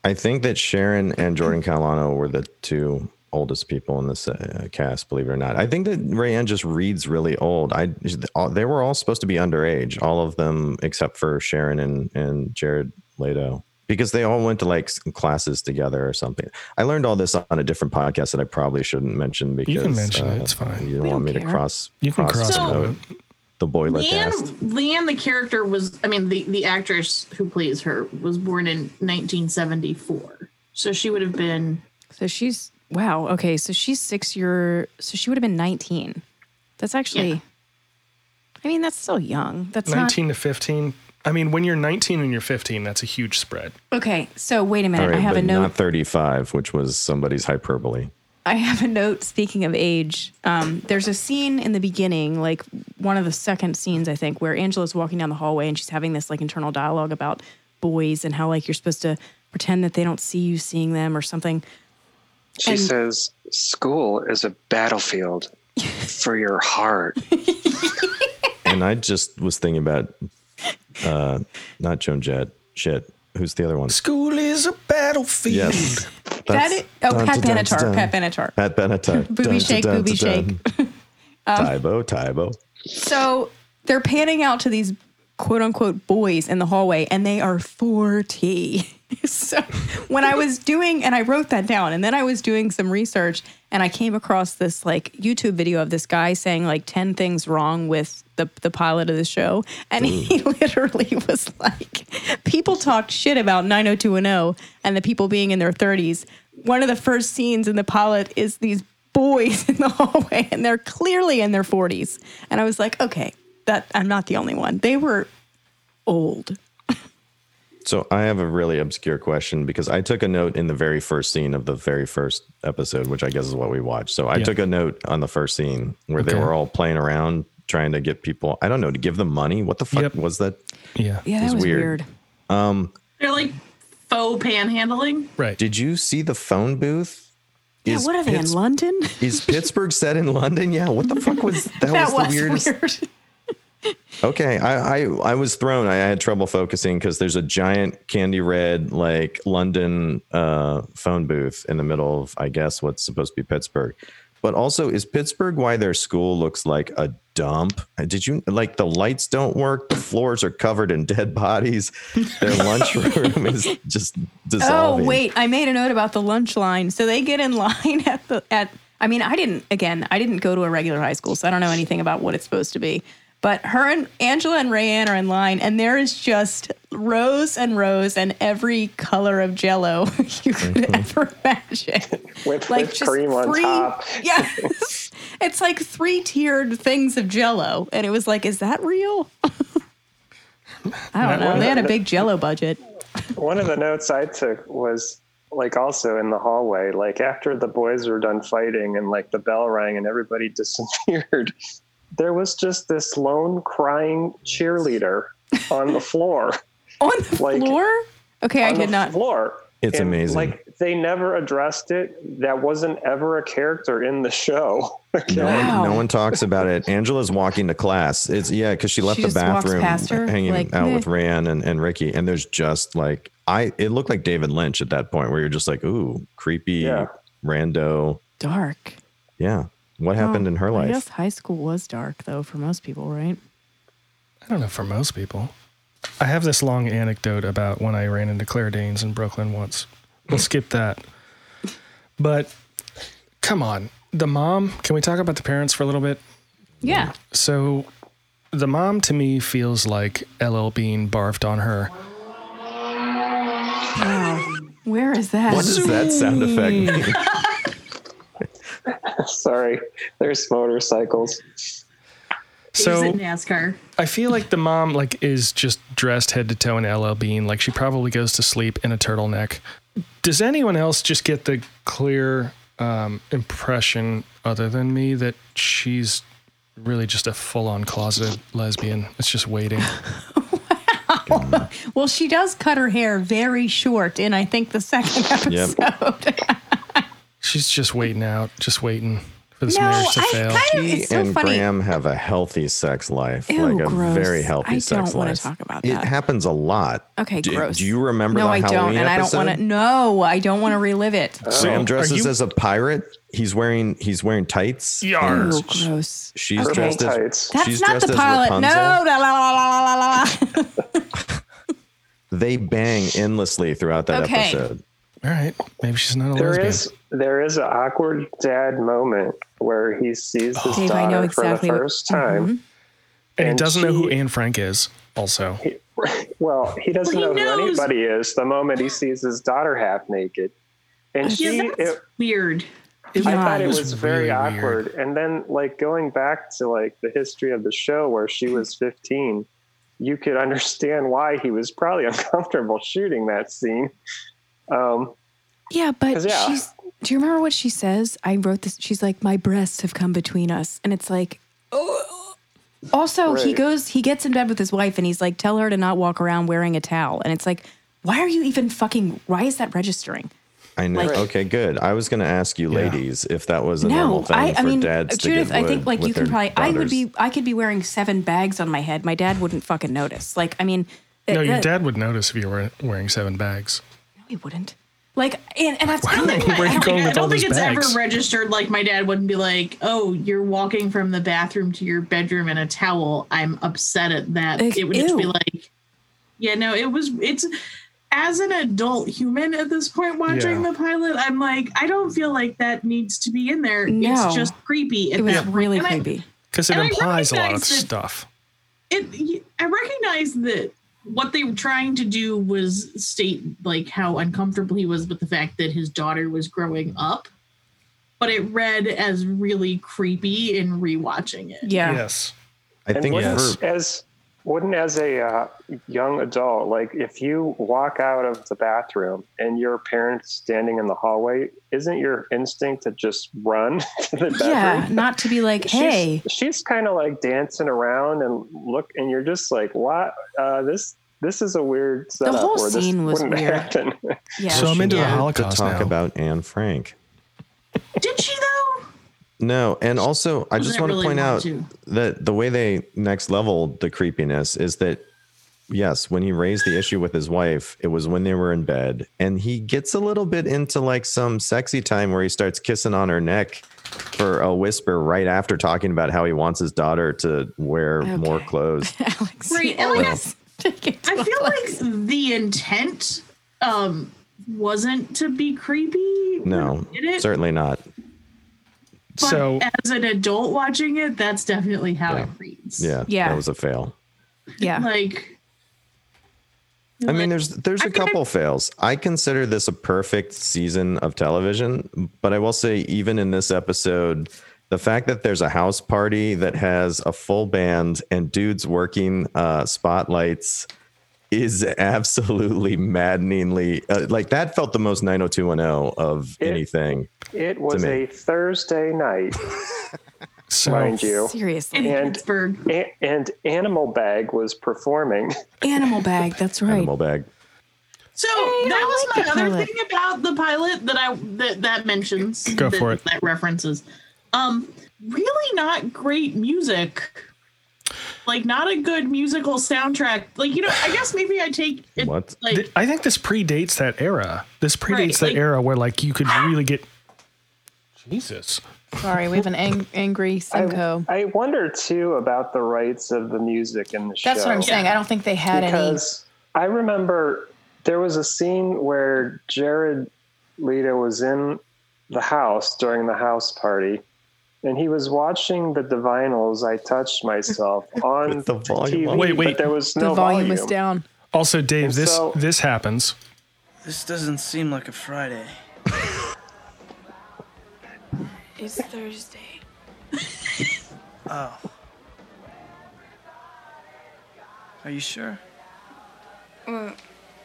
B: I think that Sharon and Jordan Catalano were the two oldest people in this uh, cast, believe it or not. I think that Rayanne just reads really old. I they were all supposed to be underage, all of them except for Sharon and and Jared Leto. Because they all went to like s- classes together or something. I learned all this on a different podcast that I probably shouldn't mention because uh,
A: mention it, it's fine.
B: You don't
C: We
B: want me
C: don't care.
B: to cross.
A: you can cross
B: cross
D: So-
A: promote.
B: the boiler
D: Leanne,
B: cast.
D: Leanne, the character was, I mean, the, the actress who plays her was born in 1974. So she would have been,
C: so she's, wow. Okay. So she's six year, so she would have been 19. That's actually,
D: Yeah.
C: I mean, that's still young. That's not.
A: 19 to 15. I mean, when you're 19 and you're 15, that's a huge spread.
C: Okay, so wait a minute.
B: All right,
C: I have
B: but
C: a note.
B: not 35, which was somebody's hyperbole.
C: I have a note. Speaking of age, um, there's a scene in the beginning, like one of the second scenes, I think, where Angela's walking down the hallway and she's having this like internal dialogue about boys and how like you're supposed to pretend that they don't see you seeing them or something.
E: She
C: And-
E: says, "School is a battlefield for your heart."
B: and I just was thinking about uh not Joan Jett. Shit. Who's the other one?
A: School is a battlefield.
B: Yes.
C: That
B: That's-
C: is, oh,
B: dun,
C: Pat
B: dun, dun,
C: Benatar,
B: dun.
C: Pat Benatar.
B: Pat Benatar.
C: Booby shake, Um, booby
B: shake. Tybo, Tybo.
C: So they're panning out to these quote unquote boys in the hallway, and they are 40. so when I was doing, and I wrote that down, and then I was doing some research, and I came across this like YouTube video of this guy saying like 10 things wrong with the, the pilot of the show. And he literally was like, people talked shit about 90210 and the people being in their 30s. One of the first scenes in the pilot is these boys in the hallway and they're clearly in their 40s and i was like okay that i'm not the only one they were old
B: So I have a really obscure question because I took a note in the very first scene of the very first episode, which I guess is what we watched. So I
A: Yeah.
B: took a note on the first scene where they
A: Okay.
B: were all playing around trying to get people, I don't know, to give them money. What the fuck
A: Yep.
B: was that?
A: Yeah.
C: yeah
B: that It's was weird.
D: They're like faux panhandling.
A: Right.
B: Did you see the phone booth?
C: yeah
B: Is
C: what are they
B: Pitts-
C: in london
B: Is Pittsburgh set in London? Yeah. What the fuck was that?
C: that
B: was
C: was,
B: the weirdest.
C: weird
B: Okay, I, I I was thrown. I had trouble focusing because there's a giant candy red like London uh, phone booth in the middle of I guess what's supposed to be Pittsburgh. But also, is Pittsburgh why their school looks like a dump? Uh, Did you like the lights don't work? The floors are covered in dead bodies. Their lunchroom is just dissolving.
C: oh wait i made a note about the lunch line so they get in line at the at i mean i didn't again i didn't go to a regular high school so i don't know anything about what it's supposed to be but her and angela and rayanne are in line and there is just rows and rows and every color of jello you could ever imagine
E: With,
C: like
E: with
C: just
E: cream on
C: three,
E: top.
C: Yeah, it's like three tiered things of Jello, and it was like, is that real? I don't know. They had a big Jello budget.
E: One of the notes I took was like also in the hallway, like after the boys were done fighting and like the bell rang and everybody disappeared, there was just this lone crying cheerleader on the floor.
C: On the
E: Like-
C: floor? Okay, I
E: on
C: did
E: the
C: not.
E: Floor.
B: It's amazing.
E: Like they never addressed it. That wasn't ever a character in the show.
B: No
C: Wow.
B: one, no one talks about it. Angela's walking to class. It's yeah, because she left
C: She
B: the
C: just walks
B: bathroom
C: past her,
B: hanging
C: like,
B: out
C: meh.
B: with Ryan and, and Ricky, and there's just like I. It looked like David Lynch at that point, where you're just like, ooh, creepy
E: Yeah.
B: rando.
C: Dark.
B: Yeah, what happened in her
C: I
B: life?
C: guess high school was dark, though, for most people, right?
A: I don't know for most people. I have this long anecdote about when I ran into Claire Danes in Brooklyn once. We'll skip that. But come on, the mom. Can we talk about the parents for a little bit?
C: Yeah.
A: So, the mom to me feels like LL Bean barfed on her.
C: Wow. Where is that?
B: What does that sound effect? mean?
E: Sorry, there's motorcycles.
D: Dave's
A: So
D: at NASCAR.
A: I feel like the mom like is just dressed head to toe in LL Bean. Like she probably goes to sleep in a turtleneck. Does anyone else just get the clear um, impression, other than me, that she's really just a full-on closet lesbian? It's just waiting.
C: well, she does cut her hair very short in, I think, the second episode.
A: She's just waiting out, just waiting for this
C: No,
A: marriage to
C: I
A: fail.
C: kind of.
B: She
C: It's so
B: and
C: funny.
B: Graham have a healthy sex life,
C: Ew,
B: like a
C: gross.
B: very healthy
C: I
B: sex
C: don't wanna
B: life.
C: talk about
B: It
C: that.
B: happens a lot.
C: Okay,
B: do,
C: gross.
B: Do you remember
C: No,
B: the
C: I
B: Halloween
C: don't, and I don't
B: episode?
C: want to. No, I don't want to relive it.
B: Sam dresses
A: you-
B: as a pirate. He's wearing he's wearing tights.
A: Yar.
C: Ew, gross.
B: She's
C: Okay.
B: dressed as
E: Tights.
C: That's
B: she's
C: not
B: dressed
C: the
B: as
C: pilot. No,
B: Rapunzel.
C: la, la, la, la, la, la, la.
B: They bang endlessly throughout that
C: Okay.
B: episode.
A: All right, maybe she's not a
E: There
A: lesbian.
E: is there is an awkward dad moment where he sees his
C: Dave, I
E: daughter
C: know exactly
E: for
C: what-
E: the first time.
A: and he
E: and
A: doesn't know who
E: she-
A: Anne Frank is. Also,
E: Well, he doesn't
D: Well, he
E: know who
D: knows.
E: anybody is the moment he sees his daughter half naked. And she,
D: Yeah, that's
E: it,
D: weird.
E: I thought
C: Yeah.
E: it was,
A: It was
E: very
A: really
E: awkward. And then, like going back to like the history of the show where she was 15, you could understand why he was probably uncomfortable shooting that scene. Um,
C: Yeah, but
E: 'Cause, yeah.
C: she's Do you remember what she says? I wrote this. She's like, my breasts have come between us, and it's like, oh. Also, he
E: Right.
C: goes, he gets in bed with his wife, and he's like, tell her to not walk around wearing a towel, and it's like, why are you even fucking? Why is that registering?
B: I know.
E: Right.
B: Okay, good. I was going to ask you, ladies, if that was a normal
C: No,
B: thing
C: I,
B: for
C: I mean,
B: dads to
C: Judith,
B: give
C: I think
B: wood
C: like you
B: with
C: can
B: their
C: probably, I would
B: daughters.
C: be, I could be wearing seven bags on my head. My dad wouldn't fucking notice. Like, I mean,
A: No,
C: that-
A: your
C: that-
A: dad would notice if you were wearing seven bags.
C: No, he wouldn't. Like, and, and I've
A: Why would he Where
D: I
A: are you
D: don't
A: going
D: think, I
A: with all
D: don't think
A: those
D: it's
A: bags?
D: ever registered. Like my dad wouldn't be like, "Oh, you're walking from the bathroom to your bedroom in a towel." I'm upset at that.
C: Like,
D: it would just be
C: ew.
D: like, "Yeah, no, it was." It's as an adult human at this point watching
A: Yeah.
D: the pilot, I'm like, I don't feel like that needs to be in there.
C: No.
D: It's just creepy. At
C: It was
D: that point.
C: really
D: And I-
C: creepy.
A: Because it
D: And I
A: implies a lot of
D: recognize that-
A: stuff.
D: it i recognize that what they were trying to do was state like how uncomfortable he was with the fact that his daughter was growing up but it read as really creepy in rewatching it
C: yeah.
A: Yes.
B: I
E: And
B: think
E: wouldn't
A: Yes.
B: for,
E: as wouldn't as a uh, young adult, like if you walk out of the bathroom and your parents standing in the hallway, isn't your instinct to just run to the bedroom?
C: Yeah, not to be like, hey,
E: she's, she's kind of like dancing around and look, and you're just like, what? Uh, this this is a weird setup.
C: whole
E: or this
C: scene was
E: wouldn't
C: weird.
E: Happen.
C: yeah,
A: So I'm into
D: Yeah.
A: the
D: To
B: to
A: Holocaust
B: talk
A: now.
B: about Anne Frank.
D: did she though
B: No, and also I just
D: Doesn't
B: want to
D: really
B: point
D: want
B: out
D: to.
B: that the way they next leveled the creepiness is that yes, when he raised the issue with his wife, it was when they were in bed, and he gets a little bit into like some sexy time where he starts kissing on her neck for a whisper right after talking about how he wants his daughter to wear more
C: Okay.
B: clothes.
C: Alex.
D: Right, and like-
C: Alex. Take it to
D: i feel
C: Alex.
D: like the intent um wasn't to be creepy when
B: No,
D: they did it,
B: certainly not.
D: but
A: So
D: as an adult watching it that's definitely how
B: Yeah.
D: it reads
B: Yeah,
C: Yeah.
B: that was a fail.
C: yeah,
D: like
B: I
D: like-
B: mean, there's there's
D: I
B: a
D: think I-
B: couple fails. I consider this a perfect season of television, but I will say, even in this episode, the fact that there's a house party that has a full band and dudes working uh, spotlights is absolutely maddeningly uh, like that. Felt the most 90210 of
E: It-
B: anything.
E: It was
B: me.
E: a Thursday night,
B: Oh.
A: so
E: mind you,
D: in
C: seriously,
E: And-
D: pittsburgh
E: a- and Animal Bag was performing.
C: animal bag. That's right.
B: Animal bag.
D: So
C: Hey, I
D: that was
C: like
D: my
C: the
D: other
C: pilot.
D: thing about the pilot that I that that mentions
A: Go
D: that,
A: for it.
D: that references. Um, really not great music. Like not a good musical soundtrack. Like you know, I guess maybe I take it
B: What?
D: like
A: Th- I think this predates that era. This predates
D: Right,
A: that
D: like-
A: era where like you could really get Jesus.
F: Sorry, we have an ang- angry Simcoe.
E: I wonder too about the rights of the music in the show.
F: That's what I'm saying. I don't think they had
E: because I remember there was a scene where Jared Leto was in the house during the house party, and he was watching the Divinals. I touched myself on
B: With the volume
E: TV,
B: up.
A: Wait, wait.
E: but there was
F: any.
E: no
F: the volume, was down.
A: Also, Dave,
E: And
A: this
E: so-
A: this happens.
G: This doesn't seem like a Friday.
H: It's Thursday.
G: Oh. Are you sure?
H: Well,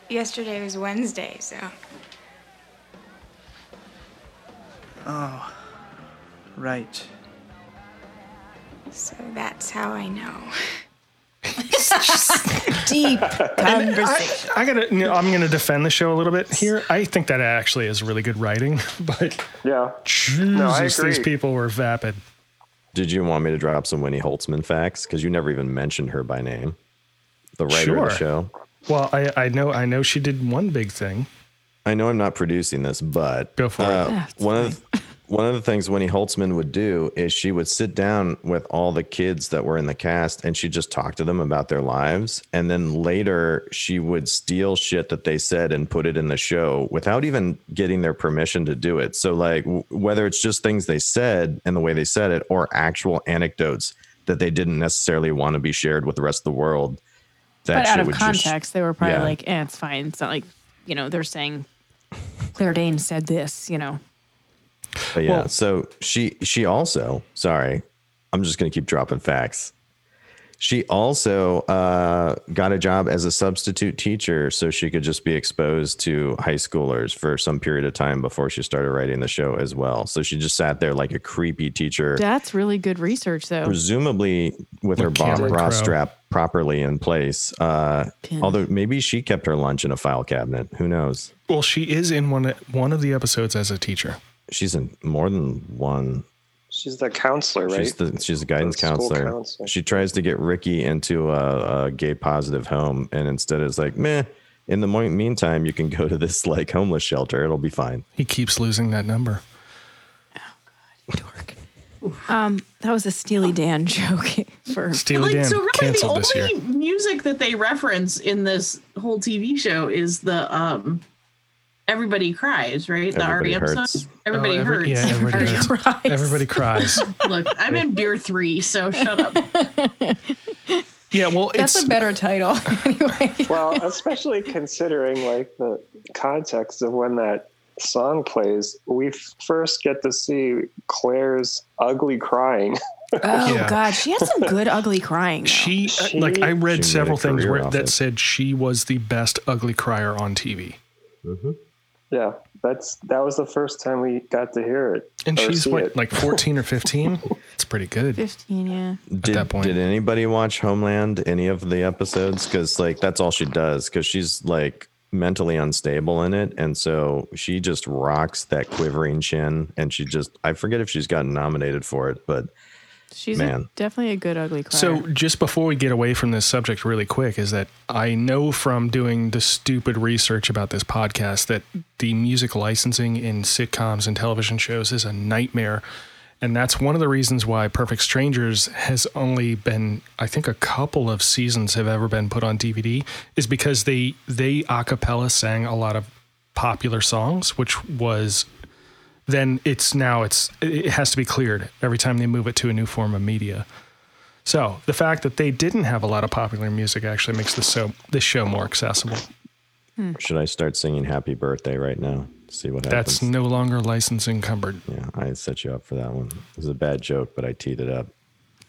H: yesterday was Wednesday, so.
G: Right.
H: So that's how I know.
F: Deep conversation.
A: I, I gotta. no, I'm gonna defend the show a little bit here. I think that actually is really good writing, but
E: Yeah, I
A: Jesus,
E: agree.
A: these people were vapid.
B: Did you want me to drop some Winnie Holtzman facts? Because you never even mentioned her by name. The writer of
A: Sure.
B: the show.
A: Well, I, I know I know she did one big thing.
B: I know I'm not producing this, but uh,
A: Go for it.
B: one of one of the things Winnie Holtzman would do is she would sit down with all the kids that were in the cast and she just talked to them about their lives, and then later she would steal shit that they said and put it in the show without even getting their permission to do it. So like w- whether it's just things they said and the way they said it, or actual anecdotes that they didn't necessarily want to be shared with the rest of the world. That
F: But
B: shit
F: out of
B: would just-
F: context, they were probably
B: yeah.
F: like, eh, it's fine. It's not like, you know, they're saying Claire Dane said this, you know.
B: But yeah, so she she also sorry, I'm just gonna keep dropping facts. She also uh, got a job as a substitute teacher so she could just be exposed to high schoolers for some period of time before she started writing the show as well. So she just sat there like a creepy teacher,
F: That's really good research, though.
B: presumably with her bra,
A: Cameron
B: bra
A: Crowe.
B: strap properly in place. Uh,
F: Pin.
B: although maybe she kept her lunch in a file cabinet. Who knows?
A: Well, she is in one one of the episodes as a teacher.
B: She's in more than one
E: She's the counselor, right?
B: She's the she's a guidance
E: The school
B: counselor.
E: counselor.
B: She tries to get Ricky into a, a gay positive home, and instead it's like, meh. In the mo- meantime, you can go to this like homeless shelter. It'll be fine.
A: He keeps losing that number.
F: Um,
C: That was a Steely Dan joke for
A: Steely Dan
D: so really
A: canceled
D: the
A: this year.
D: only music that they reference in this whole TV show is the um Everybody Cries, right? The
B: Everybody
D: RE episode.
B: Hurts.
D: Everybody
A: Oh, every-
D: hurts.
A: Yeah, everybody hurts.
F: Christ.
A: Everybody cries.
D: Look, I'm in beer three, so shut up.
A: Yeah, well,
F: That's
A: it's
F: a better title, anyway.
E: well, especially considering like the context of when that song plays, we f- first get to see Claire's ugly crying.
C: Oh
A: Yeah.
C: God, she has some good ugly crying. though.
A: she, uh, like I
B: She
A: read
B: made a
A: several things
B: career
A: where,
B: off
A: that
B: it.
A: said she was the best ugly crier on TV, Mm-hmm.
E: yeah, that's that was the first time we got to hear it.
A: and
E: or
B: Oh,
A: she's
E: see
A: what
E: it.
A: like fourteen or fifteen. It's pretty good.
C: fifteen, yeah.
B: Did,
A: that point.
B: did anybody watch Homeland? Any of the episodes? Because like that's all she does. Because she's like mentally unstable in it, and so she just rocks that quivering chin. And she just I forget if she's gotten nominated for it, but
F: She's
B: a- Man.
F: definitely a good ugly crier.
A: So, just before we get away from this subject, really quick, is that I know from doing the stupid research about this podcast that the music licensing in sitcoms and television shows is a nightmare. And that's one of the reasons why Perfect Strangers has only been, I think, a couple of seasons have ever been put on DVD, is because they they a cappella sang a lot of popular songs, which was then it's now it's it has to be cleared every time they move it to a new form of media. So the fact that they didn't have a lot of popular music actually makes this so this show more accessible.
B: should I start singing Happy Birthday right now? See what
A: Mm.
B: happens.
A: That's no longer license encumbered.
B: Yeah, I set you up for that one. It was a bad joke, but I teed it up.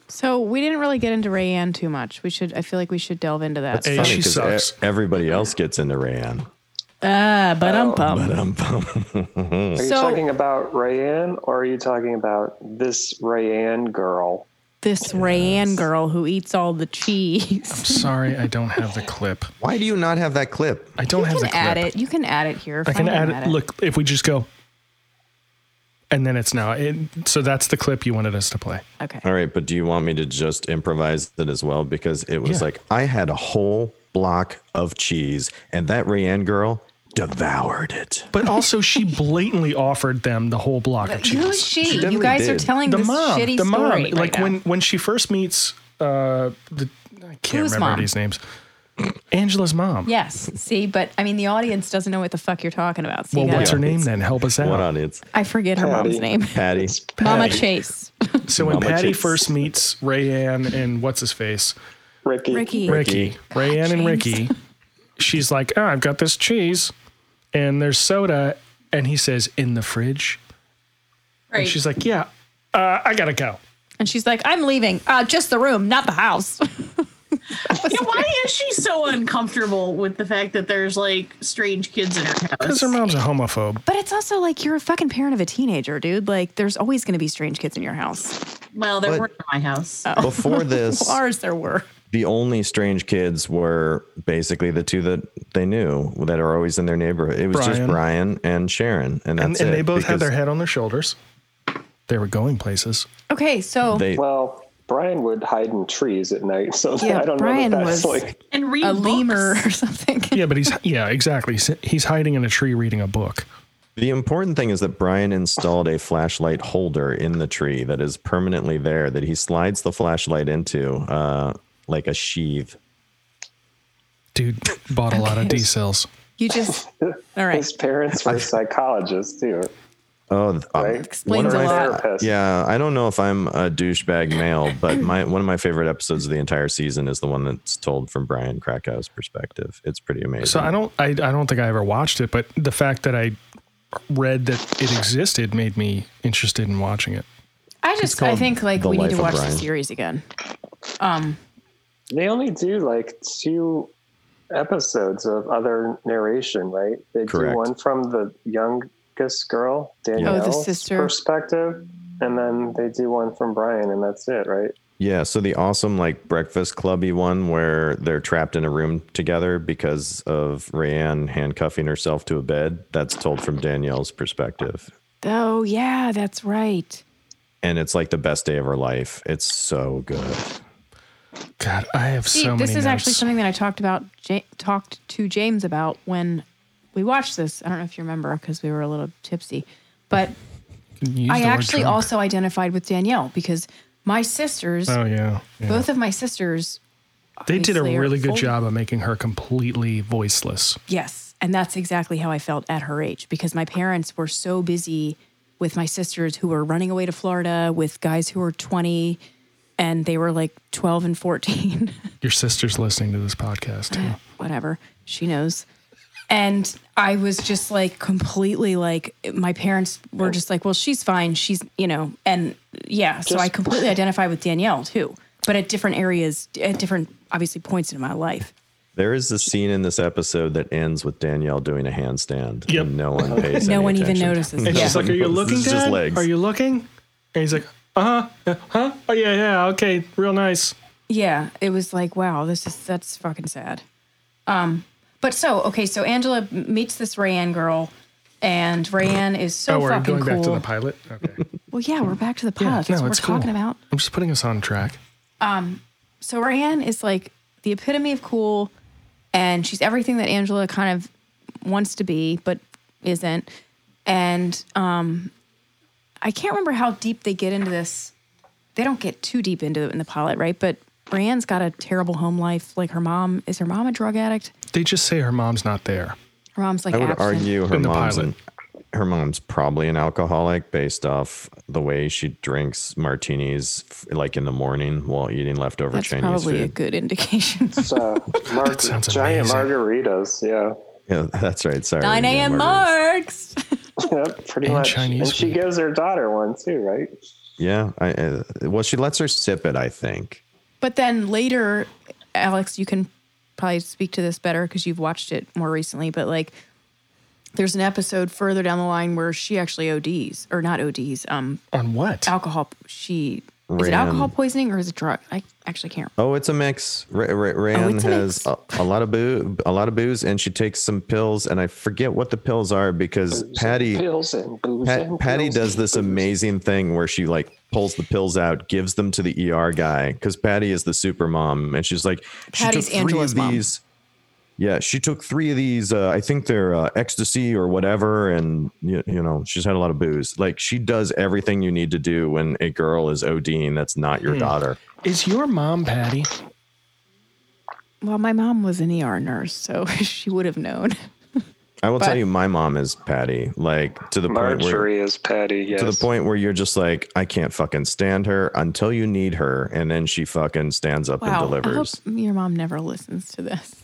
F: So we didn't really get into Rayanne too much. We should. I feel like we should delve into that.
A: Hey, she
B: 'cause
A: sucks.
B: e- everybody else gets into Rayanne.
F: Ah, but um bum.
E: Are you
F: So-
E: talking about Rayanne or are you talking about this Rayanne girl?
F: This Rayanne girl who eats all the cheese.
A: Sorry, I don't have the clip.
B: Why do you not have that clip?
A: I don't have
F: You
A: the
F: can
A: clip.
F: add it. You can add it here.
A: I can
F: Find
A: add
F: and
A: it. Look, if we just go, and then it's now. It, so that's the clip you wanted us to play.
F: Okay.
B: All right, but do you want me to just improvise it as well? Because it was
A: Yeah.
B: like I had a whole block of cheese, and that Rayanne girl devoured it.
A: But also, she blatantly offered them the whole block of cheese.
F: Who is she? you
B: definitely
F: guys are
B: did.
F: telling
A: the
F: this
A: mom,
F: shitty
A: the mom.
F: story. right
A: like
F: now.
A: when when she first meets uh, the I can't
F: Whose
A: remember
F: mom?
A: these names. Angela's mom.
F: Yes. See, but I mean, the audience doesn't know what the fuck you're talking about. So
A: Well,
F: you gotta-
A: what's her name
B: It's-
A: then? Help us out.
B: What audience?
F: I forget her mom's name.
B: Patty.
F: Mama Chase.
A: So when
B: Mama
A: Patty
B: Chase.
A: first meets Rayanne and what's his face,
E: Ricky.
C: Ricky.
A: Ricky, Rayanne and Ricky, she's like, "Oh, I've got this cheese, and there's soda," and he says, "In the fridge,"
D: Right.
A: and she's like, "Yeah, uh, I gotta go."
F: And she's like, I'm leaving. Uh, just the room, not the house.
D: Yeah, why is she so uncomfortable with the fact that there's like strange kids in her house?
A: Because her mom's a homophobe.
C: But it's also like you're a fucking parent of a teenager, dude. Like there's always gonna be strange kids in your house.
D: Well, there
B: But-
D: weren't in my house.
B: Before this,
F: Ours there were.
B: the only strange kids were basically the two that they knew that are always in their neighborhood. It was just
A: Brian.
B: Brian and Sharon,
A: And,
B: and that's
A: and
B: it,
A: they both had their
B: because
A: head on their shoulders. They were going places.
F: Okay, so
B: They
E: Well, Brian would hide in trees at night, so
C: Yeah,
E: I don't
C: Brian
E: know. That that's
C: was-
E: like
D: and read
F: a
D: books.
F: lemur or something.
A: Yeah, but he's yeah, exactly. He's, he's hiding in a tree reading a book.
B: the important thing is that Brian installed a flashlight holder in the tree that is permanently there that he slides the flashlight into, uh, like a sheath.
A: Dude bought a lot of D cells.
F: You just all right.
E: his parents were psychologists too.
B: Oh, th- uh,
E: Right?
F: Explains a
E: Or
F: lot.
E: therapists.
B: yeah. I don't know if I'm a douchebag male, but my one of my favorite episodes of the entire season is the one that's told from Brian Krakow's perspective. It's pretty amazing.
A: So I don't I, I don't think I ever watched it, but the fact that I read that it existed made me interested in watching it.
F: I just I think like
B: The
F: we need
B: Life
F: to
B: of
F: watch the
B: Brian.
F: series again. Um
E: They only do like two episodes of other narration, right? They
B: Correct.
E: do one from the youngest girl, Danielle's
I: sister.
E: perspective, and then they do one from Brian, and that's it, right?
B: Yeah, so the awesome like breakfast clubby one where they're trapped in a room together because of Rayanne handcuffing herself to a bed. That's told from Danielle's perspective,
I: Oh yeah, that's right.
B: and it's like the best day of her life. It's so good.
A: God, I have
C: See,
A: so many.
C: this is
A: notes.
C: actually something that I talked about, ja- talked to James about when we watched this. I don't know if you remember because we were a little tipsy, but
A: Use
C: I
A: the word
C: actually
A: drunk.
C: also identified with Danielle because my sisters,
A: Oh yeah, yeah.
C: both of my sisters,
A: they did a
C: obviously are
A: really good
C: full-
A: job of making her completely voiceless.
C: Yes. And that's exactly how I felt at her age because my parents were so busy with my sisters who were running away to Florida with guys who were 20 and they were like 12 and 14,
A: Your sister's listening to this podcast too.
C: whatever. She knows. And I was just like completely like, my parents were just like, well, she's fine. She's, you know, and yeah. So I completely identify with Danielle too, but at different areas, at different, obviously, points in my life.
B: There is a scene in this episode that ends with Danielle doing a handstand.
A: Yep.
B: And no one pays.
C: No
B: any
C: one even
B: attention.
C: notices.
A: And
C: Yeah.
A: she's like, "Are you
B: This
A: looking,
B: is just
A: Dad?
B: legs.
A: Are you looking?" And he's like, "Uh huh, huh? Oh yeah, yeah, okay, real nice."
C: Yeah, it was like, wow, this is that's fucking sad. Um, but so okay, so Angela m- meets this Rayanne girl, and Rayanne is so
A: oh, we're
C: fucking
A: going
C: cool.
A: back to the pilot. Okay,
C: well, yeah, we're back to the pilot.
A: no,
C: That's what
A: it's
C: we're
A: cool.
C: talking about.
A: I'm just putting us on track.
C: So Rayanne is like the epitome of cool, and she's everything that Angela kind of wants to be, but isn't. And um, I can't remember how deep they get into this. They don't get too deep into it in the pilot, right? But Rayanne's got a terrible home life. Like her mom is her mom a drug addict?
A: They just say her mom's not there.
C: Her mom's like
B: I would
C: absent.
B: argue her
A: In the
B: mom's
A: pilot.
B: an, her mom's probably an alcoholic based off the way she drinks martinis f- like in the morning while eating leftover
C: That's
B: Chinese
C: probably a
B: food.
C: good indication.
E: So, Uh, mar-
A: sounds
E: giant
A: amazing.
E: margaritas, yeah.
B: yeah, that's right. Sorry.
C: 9
B: yeah,
C: a.m.
B: margaritas.
C: marks.
E: Yep, pretty
A: And
E: much.
A: Chinese
E: and she
A: food.
E: gives her daughter one too, right?
B: Yeah. I, uh, well, she lets her sip it. I think.
C: But then later, Alex, you can probably speak to this better because you've watched it more recently. But like, there's an episode further down the line where she actually ODs or not ODs. Um,
A: On what?
C: alcohol. She is it
B: Oh. Ran.
C: alcohol poisoning or is it drug? I actually can't. remember.
B: Oh, it's a mix. Ra- Ra- Ran
C: Oh, it's a
B: has
C: mix.
B: a, a lot of boo, a lot of booze, and she takes some pills, and I forget what the pills are because Patty.
E: Pills and booze.
B: Pat,
E: and
B: Patty
E: pills
B: does
E: and
B: this
E: booze.
B: amazing thing where she like pulls the pills out, gives them to the ER guy because Patty is the super mom, and she's like,
C: Patty's
B: she took three
C: Angela's
B: of
C: mom.
B: these. Yeah, she took three of these. Uh, I think they're uh, ecstasy or whatever, and you, you know she's had a lot of booze. Like she does everything you need to do when a girl is ODing that's not
C: Hmm.
B: your daughter.
A: Is your mom Patty?
C: Well, my mom was an ER nurse, so she would have known.
B: I will tell
C: But-
B: you, my mom is Patty. Like to the point where
E: Marjorie is Patty, yes.
B: to the point where you're just like, I can't fucking stand her until you need her, and then she fucking stands up
C: Wow,
B: and
C: I hope
B: delivers.
C: your mom never listens to this.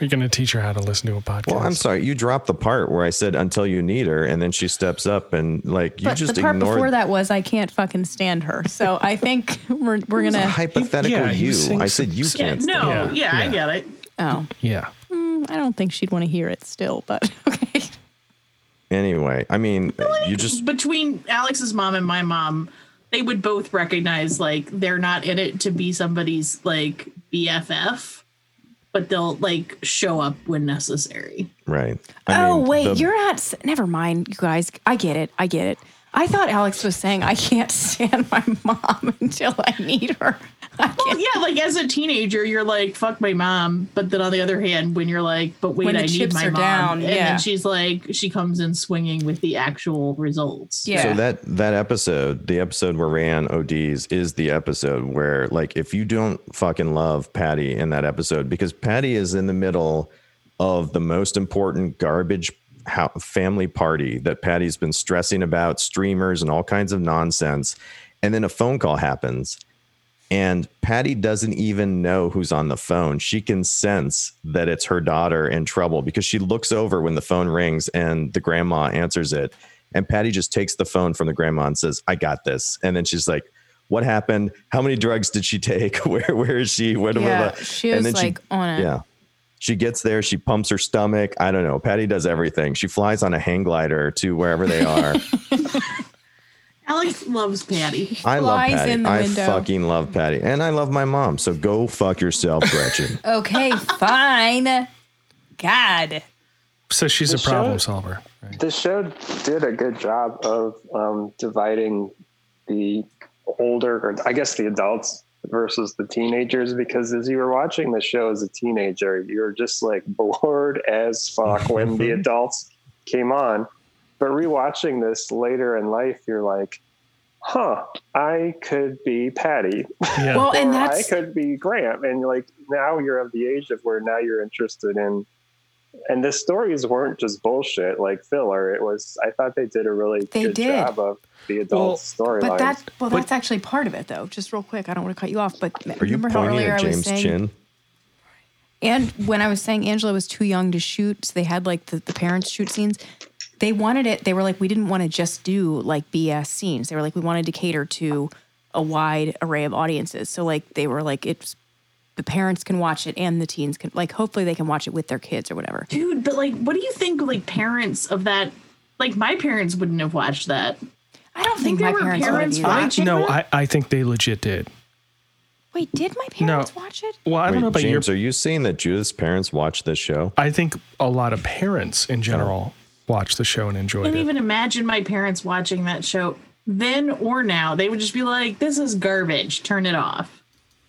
A: Are you going to teach her how to listen to a podcast?
B: Well, I'm sorry, you dropped the part where I said until you need her, and then she steps up and like you
C: but
B: just
C: the part
B: ignored
C: before that was I can't fucking stand her. So I think we're we're
B: It's a
C: gonna.
B: hypothetical
A: Yeah, he
B: you.
A: was saying
B: I said you
D: Yeah,
B: can't. stand
D: no,
B: her.
D: yeah,
A: Yeah,
D: I
A: yeah.
D: get it.
C: Oh,
A: Yeah.
C: I don't think she'd want to hear it still, but okay.
B: Anyway, I mean, you just
D: Between Alex's mom and my mom, they would both recognize like they're not in it to be somebody's like BFF, but they'll like show up when necessary.
B: right.
C: oh
B: mean,
C: wait,
B: the-
C: you're not. s- Never mind, you guys. I get it. I get it. I thought Alex was saying I can't stand my mom until I need her. I can't.
D: Yeah, like as a teenager, you're like, fuck my mom. But then on the other hand, when you're like, but wait,
C: When the
D: I need
C: chips
D: my
C: are
D: mom.
C: down,
D: and
C: yeah.
D: then she's like, she comes in swinging with the actual results.
C: Yeah.
B: So that that episode, the episode where Rayanne ODs, is the episode where like if you don't fucking love Patty in that episode because Patty is in the middle of the most important garbage how, family party that Patty's been stressing about streamers and all kinds of nonsense, and then a phone call happens. And Patty doesn't even know who's on the phone. She can sense that it's her daughter in trouble because she looks over when the phone rings and the grandma answers it. And Patty just takes the phone from the grandma and says, I got this. And then she's like, what happened? How many drugs did she take? Where where is she? Where, where-
C: Yeah,
B: blah.
C: she
B: And
C: was,
B: then
C: like, on a-
B: Yeah. She gets there, she pumps her stomach. I don't know. Patty does everything. She flies on a hang glider to wherever they are.
D: Alex loves Patty.
B: I love
C: Flies
B: Patty.
C: in the
B: I
C: window.
B: fucking love Patty. And I love my mom. So go fuck yourself, Gretchen.
C: Okay, fine. God.
A: So she's a
E: Sure.
A: problem solver. Right?
E: the show did a good job of um, dividing the older or i guess the adults versus the teenagers because as you were watching the show as a teenager you were just like bored as fuck when the adults came on but rewatching this later in life you're like huh i could be patty
A: Yeah.
C: Well, and
E: or
C: that's
E: I could be Graham. And like now you're of the age of where now you're interested in and the stories weren't just bullshit like filler. It was I thought they did a really
C: They
E: good
C: did.
E: job of the
A: Well,
E: adult storyline.
C: But that well, that's actually part of it, though. Just real quick, I don't want to cut you off, but
B: Are you
C: remember how
B: pointing
C: earlier
B: at
C: I was
B: James'
C: saying,
B: chin?
C: and when I was saying Angela was too young to shoot, so they had like the, the parents shoot scenes. They wanted it. They were like, we didn't want to just do like BS scenes. They were like, we wanted to cater to a wide array of audiences. So like, they were like, it's the parents can watch it and the teens can like. Hopefully, they can watch it with their kids or whatever.
D: Dude, but like what do you think like parents of that like my parents wouldn't have watched that.
C: I don't think,
D: there
C: my
D: were
C: parents,
D: parents
C: would have either.
D: watching-
A: I, no,
D: that?
A: I, I think they legit did.
C: Wait, did my parents watch it?
A: Well, I don't know
B: Wait,
A: about your
B: James, are you saying that Judith's parents watch this show?
A: I think a lot of parents in general watch the show and enjoy
D: can't
A: it.
D: even imagine my parents watching that show then or now. They would just be like, this is garbage. Turn it off.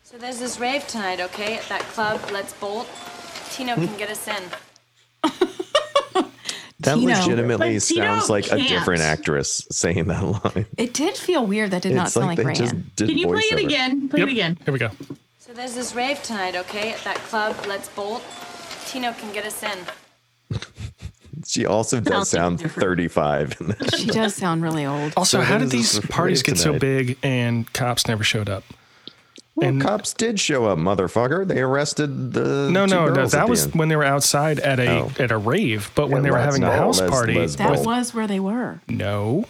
F: So there's this rave tonight, okay, at that club. Let's bolt. Tino can get us in.
B: That
C: Tino.
B: legitimately
D: But Tino
B: sounds like a
D: can't.
B: different actress saying that line.
C: It did feel weird. That did not
B: it's
C: sound
B: like
C: like,
B: they
C: Rand.
B: just did
D: Can you play
B: voiceover.
D: it again? Play
A: Yep.
D: it again.
A: Here we go.
F: So there's this rave tonight, okay, at that club. Let's bolt. Tino can get us in.
B: She also does
D: Sounds
B: sound
D: different.
B: 35. in that.
C: She does sound really old.
A: Also,
B: So
A: how did
B: this is
A: these
B: the
A: parties
B: rave
A: get so
B: tonight.
A: big and cops never showed up?
B: well,
A: And-
B: cops did show up, motherfucker. They arrested the
A: No,
B: two
A: no, no.
B: girls at
A: That
B: the
A: was
B: end.
A: when they were outside at a
B: Oh.
A: at a rave. But when
B: Yeah,
A: they were
B: let's
A: having the
B: not-
A: house
B: let's-
A: party,
B: let's
C: That
B: bolt.
C: was where they were.
A: no,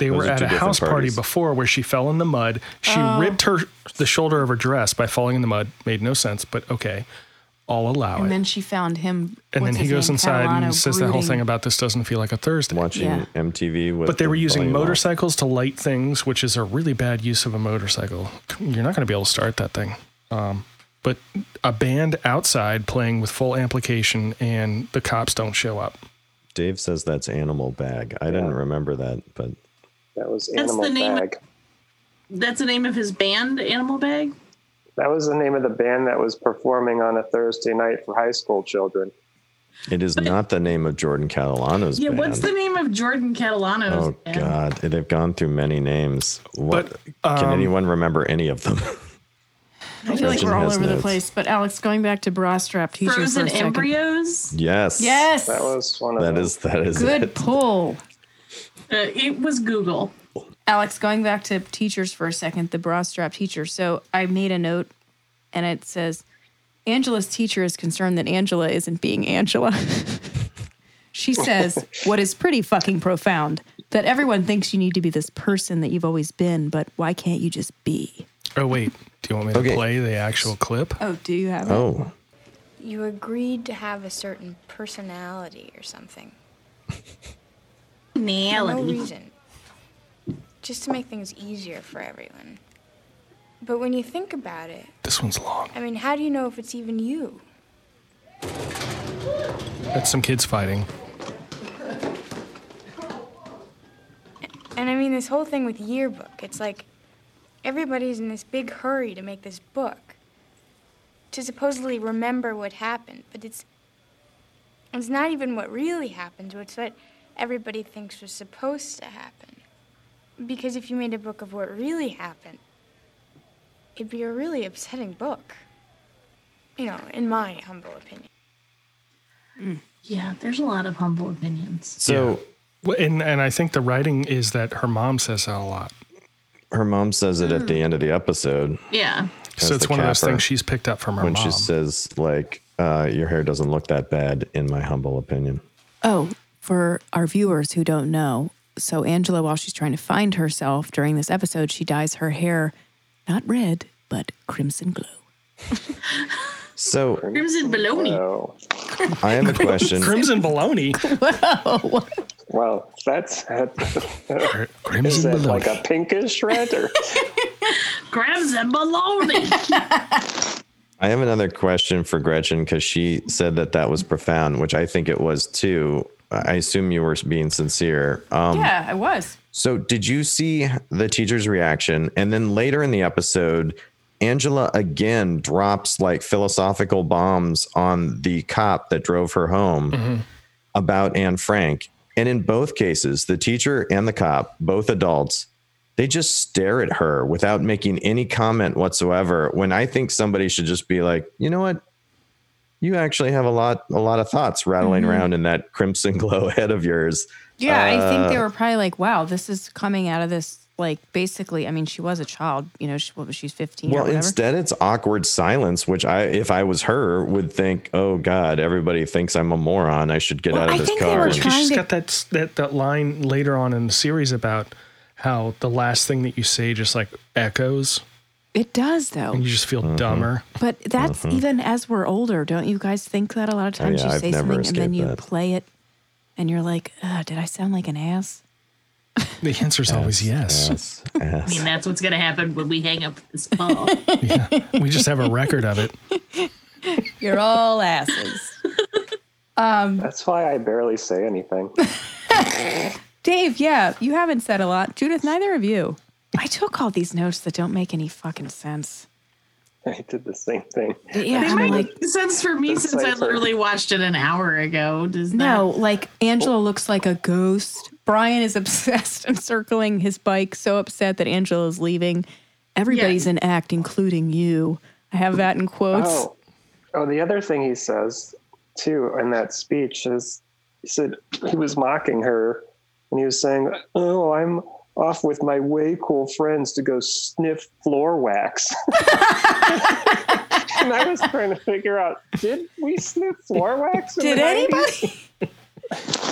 A: they
B: Those
A: were
B: are
A: at
B: two
A: a
B: different
A: house party
B: parties.
A: before where she fell in the mud. She
C: Oh.
A: ripped her the shoulder of her dress by falling in the mud. Made no sense, but okay, I'll allow
C: And
A: it.
C: then she found him.
A: And then
C: what's
A: he
C: his
A: goes
C: name,
A: inside
C: Catalano,
A: and says that whole
C: brooding.
A: thing about this doesn't feel like a Thursday.
B: watching
C: Yeah.
B: MTV with
A: But they
B: the
A: were using
B: volume off.
A: motorcycles to light things, which is a really bad use of a motorcycle. You're not going to be able to start that thing. Um, but a band outside playing with full amplification, and the cops don't show up.
B: Dave says that's animal bag. I didn't remember that, but
E: that was
D: That's
E: Animal
D: the name of-
E: Bag.
D: That's the name of his band, Animal Bag.
E: that was the name of the band that was performing on a Thursday night for high school children.
B: it is not the name of Jordan Catalano's
D: Yeah,
B: band.
D: what's the name of Jordan Catalano's
B: Oh
D: band?
B: God, they've gone through many names. What
A: But,
B: can
A: um,
B: anyone remember any of them?
C: I feel like
B: Gretchen
C: we're all
B: has
C: over the
B: notes.
C: place. But Alex, going back to bra strap teacher for
D: Frozen
C: a second.
D: Embryos.
B: yes.
C: Yes.
E: That was one of
B: That
E: them.
B: is that is
C: good
B: it.
C: pull.
D: Uh, it was Google.
C: Alex, going back to teachers for a second, the bra strap teacher. So I made a note and it says Angela's teacher is concerned that Angela isn't being Angela. she says, What is pretty fucking profound that everyone thinks you need to be this person that you've always been, but why can't you just be?
A: Oh wait, do you want me to
B: Okay.
A: play the actual clip?
C: Oh, do you have it?
B: Oh,
H: You agreed to have a certain personality or something. For no
D: Nality.
H: reason. Just to make things easier for everyone. But when you think about it,
A: This one's long.
H: I mean, how do you know if it's even you?
A: That's some kids fighting.
H: And I mean, this whole thing with yearbook, it's like everybody's in this big hurry to make this book to supposedly remember what happened, but it's it's not even what really happened, it's what everybody thinks was supposed to happen. Because if you made a book of what really happened, it'd be a really upsetting book. You know, in my humble opinion.
D: Yeah, there's a lot of humble opinions.
B: so
A: Well, And and I think the writing is that her mom says that a lot.
B: her mom says it
D: Hmm.
B: at the end of the episode
D: Yeah.
A: so
B: the
A: it's one of those
B: capper.
A: things she's picked up from her
B: when
A: mom.
B: she says like, uh, "Your hair doesn't look that bad," in my humble opinion.
C: Oh, for our viewers who don't know, So Angela, while she's trying to find herself during this episode, she dyes her hair not red but crimson glow.
B: So
D: Crimson baloney.
E: So,
B: I have a question.
A: Crimson Baloney.
E: well, that's that,
A: Cr-
E: is
A: Crimson
E: it like
A: Baloney.
E: a pinkish red or
D: Crimson baloney.
B: I have another question for Gretchen because she said that that was profound, which I think it was too. I assume you were being sincere. Um,
C: Yeah, I was.
B: So, did you see the teacher's reaction? And then later in the episode, Angela again drops like philosophical bombs on the cop that drove her home about Anne Frank. And in both cases, the teacher and the cop, both adults, they just stare at her without making any comment whatsoever. When I think somebody should just be like, you know what? You actually have a lot, a lot of thoughts rattling around in that crimson glow head of yours.
C: Yeah, I think
B: Uh,
C: they were probably like, "Wow, this is coming out of this." Like basically, I mean, she was a child. You know, she, what was she's fifteen or
B: Well,
C: whatever.
B: instead, it's awkward silence, which I, if I was her, would think, "Oh God, everybody thinks I'm a moron. I should get out of
C: I
B: this
C: think they
B: car."
C: were
B: And-
C: trying-
A: She's
C: Kinda-
A: got that, s- that that line later on in the series about how the last thing that you say just like echoes
C: it does though.
A: and you just feel
B: Mm-hmm.
A: dumber.
C: But that's even as we're older, don't you guys think that a lot of times
B: Uh-huh. Oh, yeah,
C: you
B: I've
C: say
B: never
C: something and
B: escaped
C: then you
B: that.
C: play it, and you're like, Ugh, "Did I sound like an ass?"
A: The answer is always yes.
B: Yes, yes.
D: and that's what's gonna happen when we hang up this call.
A: We just have a record of it.
C: You're all asses.
E: that's why I barely say anything.
C: Dave, yeah, you haven't said a lot. Judith, neither of you. I took all these notes that don't make any fucking sense.
E: I did the same thing.
C: Yeah,
D: They
C: I'm
D: might
C: like,
D: make sense for me since I
E: cipher.
D: literally watched it an hour ago. Does
C: no, like Angela looks like a ghost. Brian is obsessed and circling his bike, so upset that Angela is leaving. Everybody's in act, including you. I have that in quotes.
E: Oh, oh, the other thing he says too in that speech is he said he was mocking her and he was saying, "Oh, I'm off with my way cool friends to go sniff floor wax." and I was trying to figure out, did we sniff floor wax? in
C: Did
E: the 90s?
C: anybody?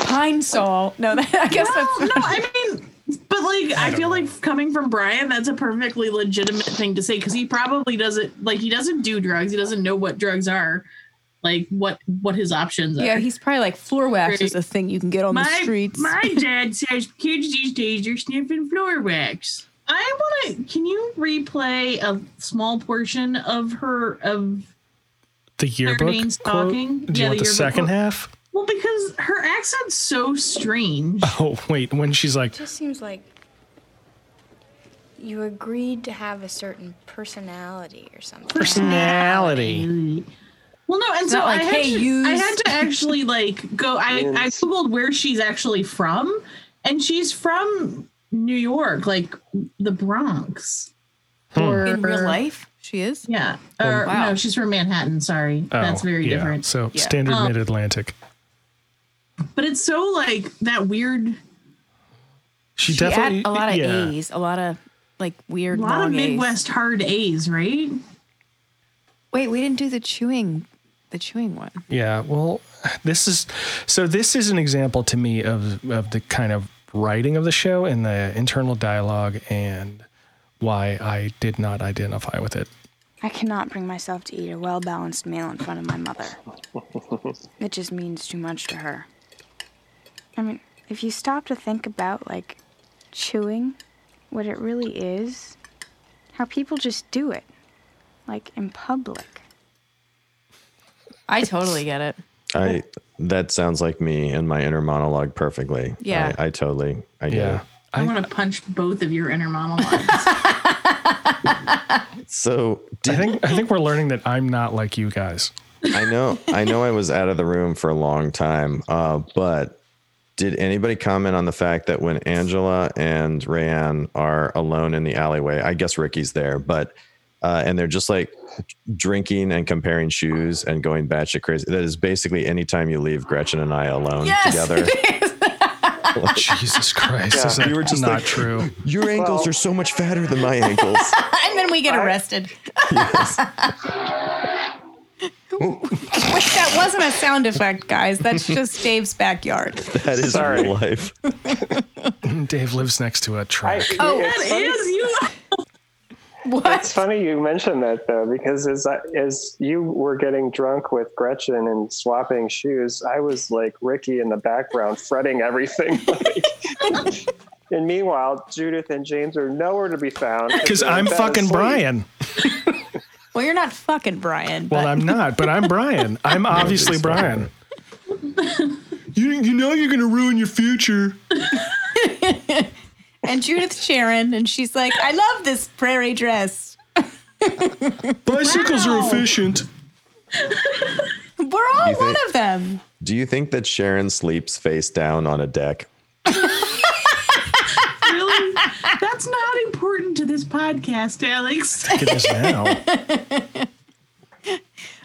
C: Pine Sol. No, that, I guess
D: No,
C: that's.
D: I mean, but like, I, feel like coming from Brian, that's a perfectly legitimate thing to say because he probably doesn't like he doesn't do drugs. He doesn't know what drugs are, like what what his options are.
C: Yeah, he's probably like floor wax is
D: Great.
C: a thing you can get on
D: my
C: the streets.
D: my dad says kids these days are sniffing floor wax. I want to. Can you replay a small portion of her of
A: The yearbook
D: Jean's
A: quote. Do you
D: talking? Yeah,
A: want
D: the
A: the,
D: yearbook
A: second
D: quote.
A: half?
D: well because her accent's so strange.
A: Oh wait, when she's like,
J: Just seems like you agreed to have a certain personality or something.
A: personality.
D: Well, no, and so
C: not like,
D: I, had
C: "Hey,
D: to,
C: yous."
D: I had to actually like go. I, I googled where she's actually from, and she's from New York, like the Bronx. Or
C: Hmm. in real life, she is.
D: yeah. Or
C: Wow.
D: no, she's from Manhattan. Sorry,
A: Oh,
D: that's very
A: yeah.
D: different.
A: So standard
D: Um,
A: mid Atlantic.
D: but it's so like that weird.
A: She,
C: She
A: definitely
C: had a lot of
A: yeah.
C: A's, a lot of like weird
D: A lot of
C: long A's.
D: Midwest hard A's, right?
C: Wait, we didn't do the chewing, the chewing one.
A: Yeah, well, this is so. This is an example to me of of the kind of writing of the show and the internal dialogue and why I did not identify with it.
H: I cannot bring myself to eat a well balanced meal in front of my mother. it just means too much to her. I mean, if you stop to think about, like, chewing, what it really is, how people just do it, like, in public.
C: I totally get it.
B: I that sounds like me and my inner monologue perfectly.
C: Yeah.
B: I, I totally. I get
A: Yeah,
B: it.
D: I, want to punch both of your inner monologues.
B: So
A: I
B: did,
A: think I think we're learning that I'm not like you guys.
B: I know. I know. I was out of the room for a long time. Uh, but did anybody comment on the fact that when Angela and Rayanne are alone in the alleyway, I guess Ricky's there, but uh, and they're just like drinking and comparing shoes and going batshit crazy. That is basically anytime you leave Gretchen and I alone together.
A: Jesus Christ, is that
B: You were just
A: not
B: like-
A: true?
B: Your ankles
E: Well-
B: are so much fatter than my ankles.
C: And then we get arrested. Wait, that wasn't a sound effect, guys. That's just Dave's backyard.
B: That is
E: Sorry.
B: real life.
A: Dave lives next to a
E: I,
A: track.
E: oh,
D: That is you.
E: It's funny you mentioned that though, because as I, as you were getting drunk with Gretchen and swapping shoes, I was like Ricky in the background, fretting everything. like- and meanwhile, Judith and James are nowhere to be found
A: Because
E: They're in
A: I'm
E: bed
A: fucking
E: asleep.
A: Brian.
C: Well, you're not fucking Brian. But
A: Well, I'm not, but I'm Brian. I'm obviously Brian. You, you know you're going to ruin your future.
C: and Judith Sharon, and she's like, I love this prairie dress.
A: Bicycles are
D: Wow.
A: efficient.
C: We're all
B: You
C: one
B: think-
C: of them.
B: Do you think that Sharon sleeps face down on a deck?
D: Really? That's not important to this podcast, Alex.
A: Look at this now.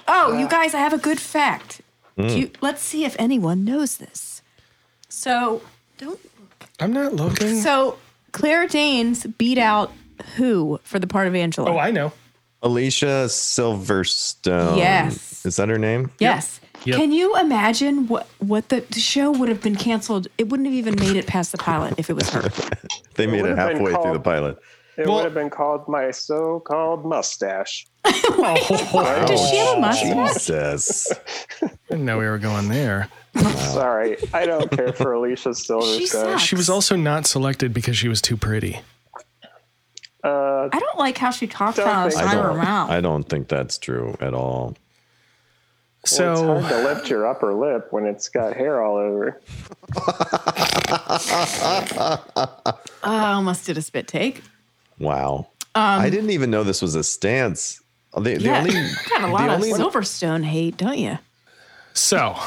C: Oh, you guys, I have a good fact.
B: Mm.
C: Do you, let's see if anyone knows this. So,
A: I'm not looking.
C: so Claire Danes beat out who for the part of Angela?
A: Oh, I know.
B: Alicia Silverstone.
C: Yes.
B: Is that her name?
C: yes.
A: Yep.
C: Can you imagine what what the, the show would have been canceled? It wouldn't have even made it past the pilot if it was her.
B: They made it
E: would've been
B: halfway through
E: called-
B: the pilot.
E: It
A: Well-
E: would have been called my so-called mustache.
B: Oh,
C: Does she have a mustache?
B: Jesus.
A: Didn't know we were going there.
E: Sorry, I don't care for Alicia
C: She
E: Silverstone.
C: sucks.
A: She was also not selected because she was too pretty.
E: Uh,
C: I don't like how she talks
E: Don't
C: out of
E: think
B: I
C: the side of
B: don't,
C: her mouth.
B: I don't think that's true at all.
E: well,
A: So
E: it's hard to lift your upper lip when it's got hair all over.
C: I almost did a spit take.
B: Wow. I didn't even know this was a stance. The, the
C: Um, Yeah.
B: only,
C: Got a lot
B: the
C: of
B: only
C: Silverstone hate, don't you?
A: So,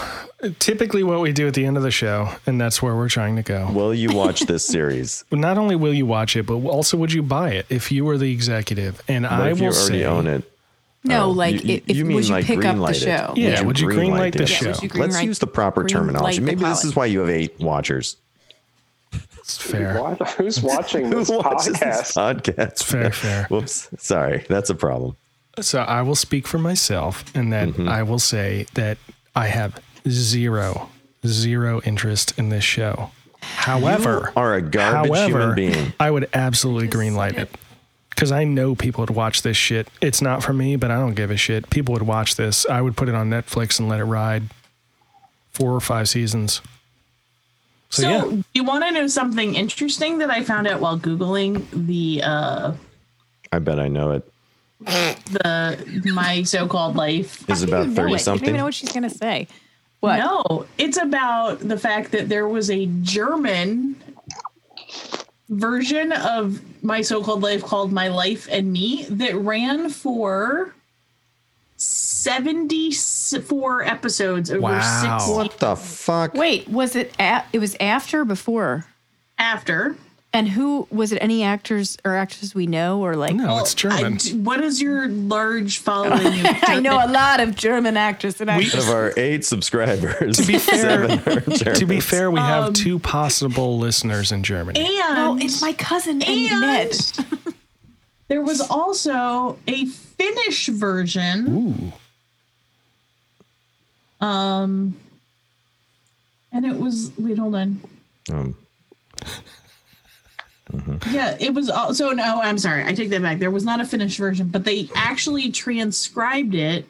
A: typically, what we do at the end of the show, and that's where we're trying to go.
B: will you watch this series?
A: Not only will you watch it, but also would you buy it if you were the executive? And
B: What
A: I
B: if
A: will
B: you already
A: say,
B: own it?
C: No,
B: Oh,
C: like
B: you-
C: if, if
B: you mean
C: would you
B: like
C: pick up the
B: greenlight it?
C: show?
A: Yeah, would you green light the
B: it?
A: show? Yeah, would you
C: green
B: Let's
C: light-
B: use the proper
C: green light
B: terminology.
C: the
B: Maybe this
C: pilot?
B: is why you have eight watchers.
A: It's fair.
E: What? Who's watching this
B: Who watches this
E: podcast?
B: podcast?
A: Fair, fair.
B: Whoops. Sorry. That's a problem.
A: So I will speak for myself, and then
B: Mm-hmm.
A: I will say that I have zero, zero interest in this show. However,
B: You are a garbage
A: however,
B: human being.
A: I would absolutely greenlight it because I know people would watch this shit. It's not for me, but I don't give a shit. People would watch this. I would put it on Netflix and let it ride four or five seasons. So,
D: So,
A: yeah,
D: you want to know something interesting that I found out while googling the uh
B: I bet I know it.
D: the my so-called life?
B: Is about
C: know
B: thirty
C: it. You don't
B: something.
C: even know what she's gonna say. What?
D: No, it's about the fact that there was a German version of my so-called life called My Life and Me that ran for 74 episodes over
A: Wow.
D: six
B: What the fuck?
C: Wait, was it? A- it was after, or before,
D: after.
C: and who was it? Any actors or actresses we know, or like?
A: no, it's
D: I
A: German.
D: d- what is your large following? of
C: I know
D: German-
C: a lot of German actors and
B: Out
C: actors.
B: of our eight subscribers,
A: To be fair-
B: seven are
A: to be
B: Germans.
A: fair, we have two possible listeners in Germany.
D: um, and
C: No, Oh, it's my cousin and
D: And-
C: Ned.
D: There was also a Finnish version.
A: Ooh.
D: Um, and it was wait, hold on.
B: Um,
D: Yeah, it was also no. I'm sorry, I take that back. There was not a Finnish version, but they actually transcribed it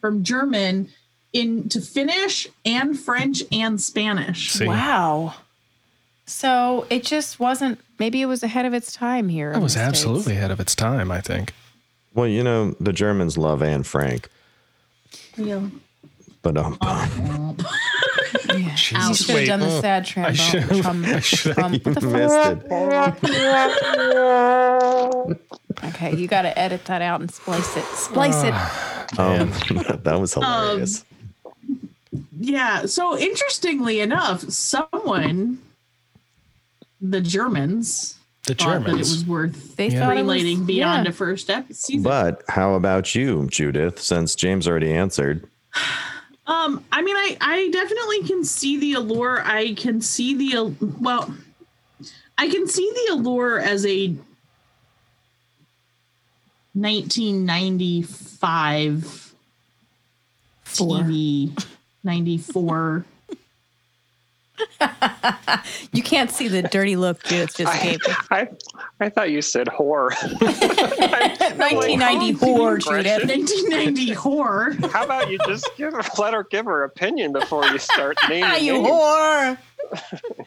D: from German into Finnish and French and Spanish.
A: See,
C: Wow. So it just wasn't. Maybe it was ahead of its time here.
A: that was absolutely ahead of its time, I think.
B: well, you know the Germans love Anne Frank,
D: Yeah.
B: but um,
D: Oh,
C: You
A: Jesus,
C: should have
A: wait.
C: done the sad
A: I should
C: trombone.
A: have.
C: Trom-
A: I should have.
C: trom- what the fuck?
B: missed it.
C: Okay, you got to edit that out and splice it. Splice it.
B: Um, that was hilarious.
D: Um, Yeah. So interestingly enough, someone, the Germans,
A: The
D: thought that it was
A: Germans.
D: worth
C: They
A: Yeah.
C: thought it was,
D: relating beyond
C: yeah.
D: a first ep- season.
B: but how about you, Judith? Since James already answered,
D: Um, I mean, I I definitely can see the allure. I can see the al- well, I can see the allure as a 1995 TV 94.
F: You can't see the dirty look Judith just
E: I,
F: gave.
E: I, I thought you said whore.
F: 1994,
E: Impression.
F: Judith.
D: 1990 horror.
E: How about you just give her, let her give her opinion before you start naming
F: You
E: names?
F: whore.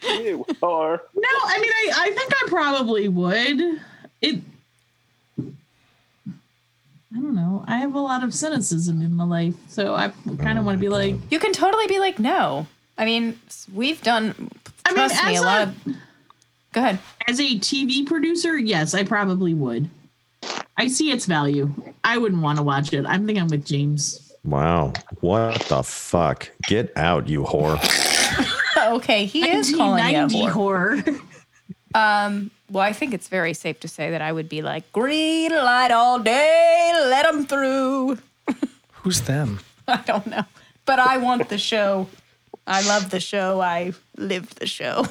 E: You whore.
D: No, I mean, I, I think I probably would. It. I don't know. I have a lot of cynicism in my life, so I kind of want to be like.
F: You can totally be like, no. I mean, s- we've done.
D: I mean,
F: Trust me,
D: as a-
F: a lot of. Go ahead.
D: As a TV producer, yes, I probably would. I see its value. I wouldn't want to watch it. I think I'm with James.
B: Wow. What the fuck? Get out, you whore.
F: Oh, Okay, he is calling you. a
D: 1990
F: whore.
D: horror.
F: Um, well, I think it's very safe to say that I would be like, green light all day, let them through.
A: Who's them?
F: I don't know. But I want the show. I love the show. I live the show.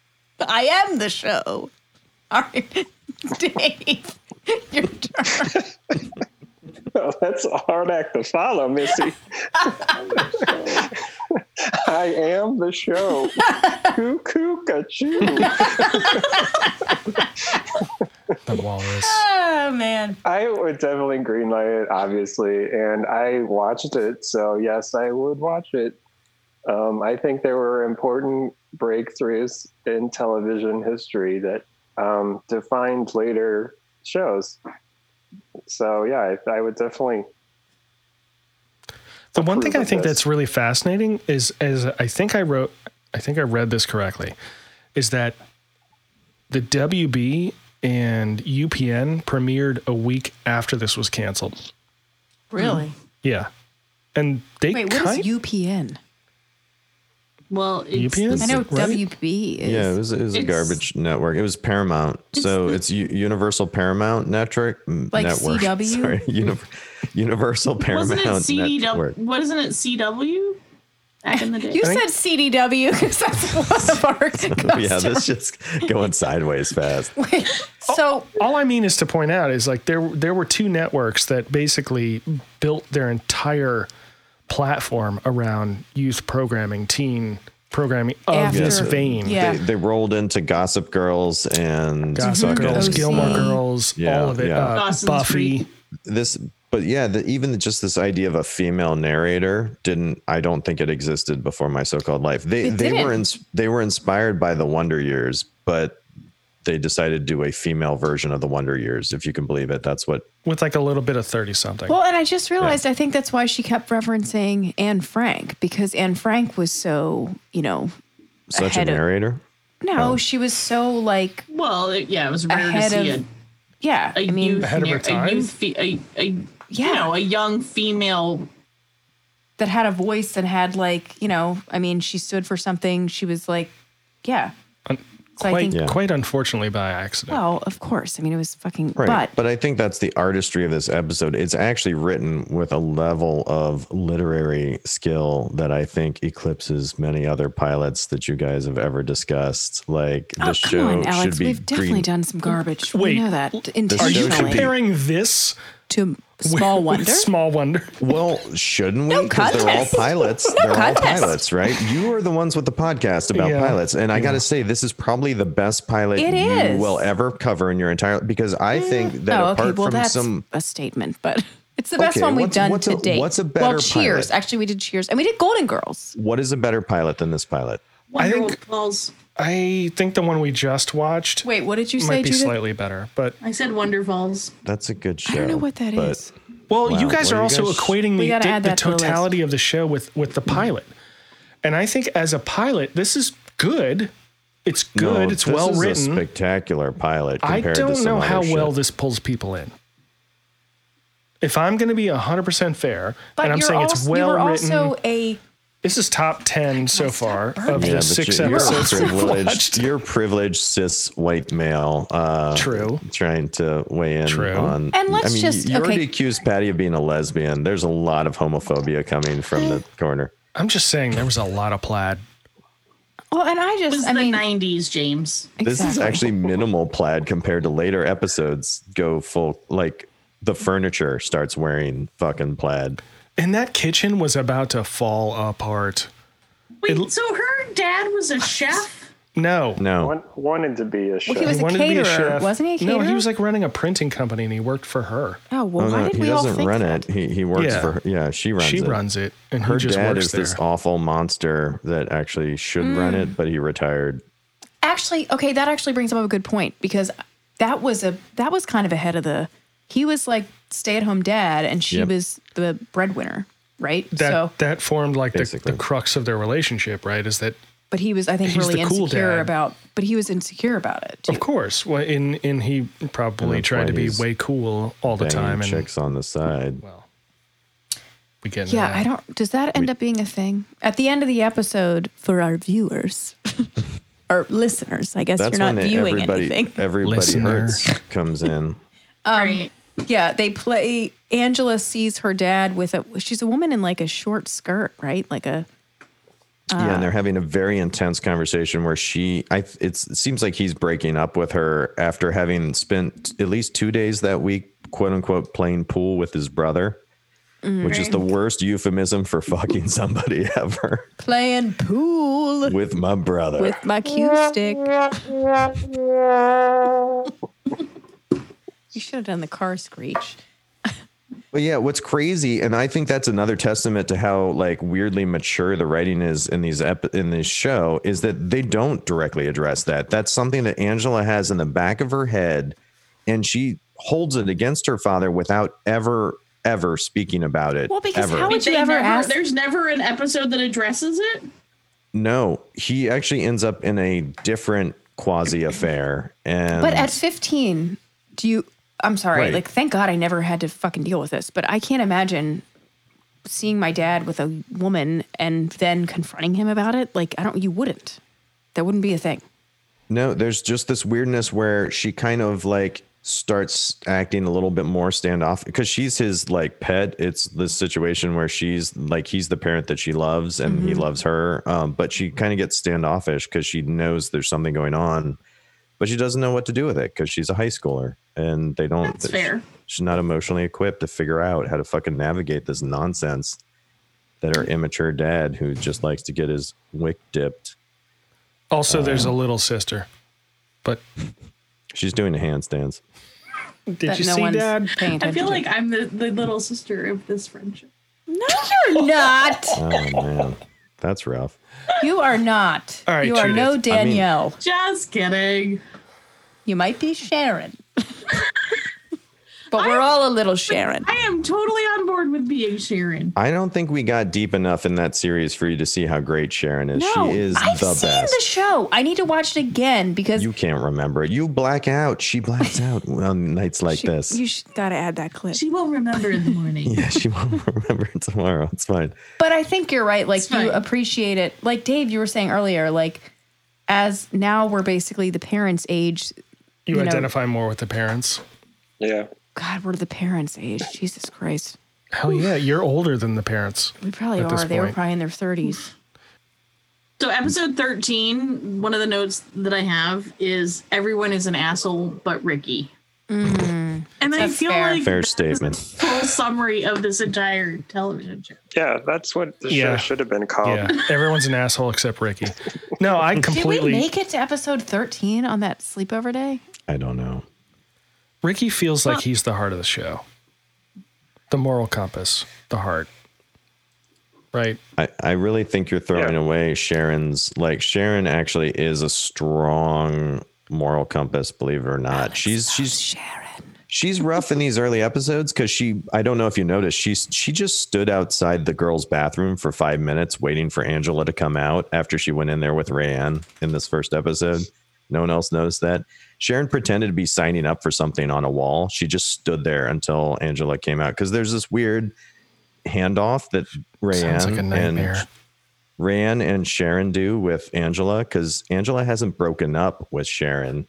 F: I am the show. All right, Dave, your turn.
E: Well, that's a hard act to follow, Missy. I am the show. Cuckoo, cachoo.
A: The walrus.
F: Oh, man.
E: I would definitely greenlight it, obviously, and I watched it, so yes, I would watch it. Um, I think there were important breakthroughs in television history that um, defined later shows. So yeah, I, I would definitely.
A: The one
E: approve
A: thing I
E: of
A: think
E: this.
A: that's really fascinating is as I think I wrote I think I read this correctly is that the WB and UPN premiered a week after this was canceled.
F: Really?
A: Yeah. And they
F: Wait, what
A: kind
F: is UPN?
D: Well, it's
A: UPN?
D: the
F: I know
A: Right?
F: WB is.
B: Yeah, it was, it was a
D: It's-
B: garbage network. It was Paramount. so it's U- Universal Paramount Network. m-
F: Like
B: network.
F: CW?
B: Sorry, Uni- Universal
D: Wasn't
B: Paramount
D: it
B: Network.
D: CW? Wasn't it CW back in the day?
F: You said CDW because that's what our
B: Yeah, this just going sideways fast.
F: So
A: all I mean is to point out is like there there were two networks that basically built their entire platform around youth programming, teen programming of
F: After-
A: this
B: Yeah.
A: vein.
F: Yeah.
B: They, they rolled into Gossip Girls and
A: Gossip
F: Mm-hmm.
B: fucking-
A: Girls,
F: OC.
A: Gilmore Girls,
B: Yeah,
A: all of it.
B: yeah.
A: Uh,
D: Dawson's
A: Buffy.
D: Creek.
B: this but yeah the, even the- just this idea of a female narrator didn't i don't think it existed before my so-called life they
F: It
B: they
F: didn't.
B: were ins, they were inspired by the wonder years but they decided to do a female version of the wonder years if you can believe it that's what
A: with like a little bit of 30 something.
F: Well, and I just realized I think that's why she kept referencing Anne Frank because Anne Frank was so, you know,
B: such a
F: Ahead of-
B: narrator
F: no, she was so like,
D: Well, it, yeah, it was rare to
F: Ahead
D: see
F: of-
D: a,
F: yeah,
D: a
F: I mean,
D: youth,
A: Ahead of her
D: a
A: time?
D: youth fe- a, a,
F: Yeah.
D: you know, a young female.
F: that had a voice and had like, you know, I mean, she stood for something. She was like, yeah. So I
A: quite,
F: think,
B: Yeah.
A: quite unfortunately by accident.
F: well, oh, of course. I mean, it was fucking,
B: Right.
F: but,
B: But, I think that's the artistry of this episode. It's actually written with a level of literary skill that I think eclipses many other pilots that you guys have ever discussed. Like the
F: oh,
B: show
F: come on, Alex,
B: should be
F: we've definitely
B: green-
F: done some garbage.
A: Wait,
F: we know that
B: show
A: Are you
B: should be-
F: intentionally
A: comparing this
F: to
A: with-
F: Small
A: with
F: Wonder.
A: Small wonder.
B: Well, shouldn't we? Because they're all
F: contest.
B: pilots. they're all
F: contest.
B: pilots, right? You are the ones with the podcast about
A: Yeah.
B: pilots. And I got to say, this is probably the best pilot
F: It
B: you
F: is.
B: will ever cover in your entire Because I think that
F: oh, okay.
B: apart
F: Well,
B: from
F: that's
B: some.
F: a statement, but it's the best
B: Okay,
F: one we've
B: what's-
F: done
B: what's a-
F: to date.
B: what's a better
F: Well, Cheers.
B: pilot?
F: Actually, we did Cheers, and we did Golden Girls.
B: What is a better pilot than this pilot?
A: I
D: I
A: think- I think the one we just watched
F: Wait, what did you say,
A: might be
F: Judith?
A: slightly better. But
D: I said Wonderfalls.
B: That's a good show.
F: I don't know what that is.
B: but-
A: well,
B: Wow,
A: you guys are
B: well, you
A: also
B: guys-
A: equating
F: We
A: the,
F: gotta
A: the,
F: add
A: the
F: that to the list.
A: totality of the show with, with the pilot. And I think as a pilot, this is good. It's
B: No,
A: good. it's
B: this
A: well
B: is a
A: written.
B: spectacular pilot.
A: I
B: Compared to
A: don't
B: some
A: know
B: other
A: how
B: shit.
A: well this pulls people in. If I'm going to be 100% fair, and I'm saying it's
F: also-
A: well
F: you were
A: written.
F: also a
A: This is top 10 so far of
B: Yeah,
A: the
B: but
A: six
B: you're,
A: episodes
B: You're a
A: we've
B: privileged,
A: watched.
B: you're a privileged cis white male. Uh,
A: True.
B: Trying to weigh in
A: True.
B: on.
F: And let's
B: I mean,
F: just-
B: you, you already
F: okay.
B: accused Patty of being a lesbian. There's a lot of homophobia coming from the corner.
A: I'm just saying there was a lot of plaid.
F: well, and I
D: It was
F: just I
D: the
F: mean
D: 90s, James.
B: This is actually minimal plaid compared to later episodes. Go full like the furniture starts wearing fucking plaid.
A: And that kitchen was about to fall apart.
D: Wait,
A: It-
D: so her dad was a chef?
A: No.
B: No.
E: Want, wanted to be a chef.
F: he was a
A: wanted to be a
F: caterer,
A: chef.
F: wasn't he? A caterer?
A: No, he was like running a printing company and he worked for her.
F: oh well,
B: Oh,
F: why
B: no,
F: did
B: he
F: we all
B: doesn't
F: think
B: run
F: that?
B: it. He he works
A: Yeah.
B: for her. Yeah, she runs
A: she
B: it.
A: runs it and
B: Her
A: he just
B: dad
A: works
B: is
A: there.
B: this awful monster that actually should
F: Mm.
B: run it, but he retired.
F: Actually, okay, that actually brings up a good point because that was a that was kind of ahead of the. He was like stay-at-home dad, and she
B: Yep.
F: was the breadwinner, right?
A: that
F: so,
A: that formed like the,
B: Basically.
A: the crux of their relationship, right? Is that
F: but he was, I think,
A: he's
F: really
A: the cool
F: insecure
A: dad.
F: about. But he was insecure about it. Too.
A: of course, well, in in he probably
B: that's
A: tried
B: why
A: to be
B: he's
A: way cool all the
B: banging
A: time, and
B: chicks on the side.
A: well, we get into
F: Yeah,
A: that.
F: I don't. Does that end up being a thing at the end of the episode for our viewers or listeners? I guess
B: That's
F: you're not
B: when
F: viewing
B: everybody
F: anything.
B: everybody
A: Listener.
B: hurts comes in.
D: right.
F: um, Yeah, they play. Angela sees her dad with a. She's a woman in like a short skirt, right? Like a.
B: yeah,
F: Uh.
B: and they're having a very intense conversation where she, I, it's, it seems like he's breaking up with her after having spent at least two days that week, quote unquote, playing pool with his brother, which
F: Mm-hmm.
B: is the worst euphemism for fucking somebody ever.
F: Playing pool
B: with my brother.
F: with my cue stick. you should have done the car screech.
B: But yeah, what's crazy, and I think that's another testament to how like weirdly mature the writing is in these ep- in this show is that they don't directly address that. That's something that Angela has in the back of her head, and she holds it against her father without ever ever speaking about it.
F: Well, because
B: ever.
F: how would you
D: They
F: ever
D: never-
F: ask?
D: There's never an episode that addresses it.
B: no, he actually ends up in a different quasi affair, and
F: But at 15, do you? I'm sorry.
B: Right.
F: Like, thank God I never had to fucking deal with this. But I can't imagine seeing my dad with a woman and then confronting him about it. Like, I don't. You wouldn't. That wouldn't be a thing.
B: No, there's just this weirdness where she kind of like starts acting a little bit more standoff because she's his like pet. It's this situation where she's like he's the parent that she loves and
D: Mm-hmm.
B: he loves her. Um, but she kind of gets standoffish because she knows there's something going on, but she doesn't know what to do with it because she's a high schooler and they don't.
D: That's fair.
B: She's not emotionally equipped to figure out how to fucking navigate this nonsense that her immature dad, who just likes to get his wick dipped, Uh,
A: Also, there's a little sister, but
B: she's doing the handstands.
A: did
F: that
A: you
F: no
A: see
F: one's
A: Dad?
F: paying
D: I
F: attention.
D: feel
F: to.
D: like I'm the, the little sister of this friendship.
F: no, you're not.
B: Oh man, that's rough.
F: You are not.
A: All right,
F: you are no
A: Judith,
F: Danielle.
D: Just kidding.
F: you might be Sharon. but we're all a little Sharon.
D: I am totally on board with being Sharon.
B: I don't think we got deep enough in that series for you to see how great Sharon is.
F: no,
B: she is
F: I've
B: the
F: seen
B: best.
F: the show. I need to watch it again because
B: you can't remember it. You black out. She blacks out on nights like this.
C: You should, gotta add that clip.
D: She will remember in the morning.
B: yeah, she won't remember it tomorrow. It's fine.
F: But I think you're right. Like
D: It's
F: you
D: fine.
F: appreciate it. Like Dave, you were saying earlier, like as now we're basically the parents' age.
A: You,
F: You know-
A: identify more with the parents.
E: yeah.
F: God, we're the parents' age. Jesus Christ,
A: Hell yeah, you're older than the parents.
F: we probably
A: At this
F: are. They were
A: point.
F: probably in their thirties.
D: So episode 13, one of the notes that I have is everyone is an asshole but Ricky. And I
F: Mm-hmm. That's
D: feel
F: fair.
D: like
B: Fair
D: that is
B: statement.
D: a full summary of this entire television show.
E: Yeah, that's what the
A: Yeah.
E: show should have been
B: Oh.
E: called.
A: Yeah, everyone's an asshole except Ricky. No, I
F: Did we
A: completely.
F: make it to episode thirteen on that sleepover day?
B: I don't know.
A: Ricky feels like he's the heart of the show. The moral compass, the heart. Right?
B: I, I really think you're throwing
E: Yeah.
B: away Sharon's like Sharon actually is a strong moral compass, believe it or not. She's she's
F: Sharon.
B: She's rough in these early episodes because she, I don't know if you noticed, she's she just stood outside the girls' bathroom for five minutes waiting for Angela to come out after she went in there with Rayanne in this first episode. No one else noticed that. Sharon pretended to be signing up for something on a wall. She just stood there until Angela came out because there's this weird handoff that Rayanne
A: Sounds like a nightmare.
B: and Rayanne and Sharon do with Angela because Angela hasn't broken up with Sharon.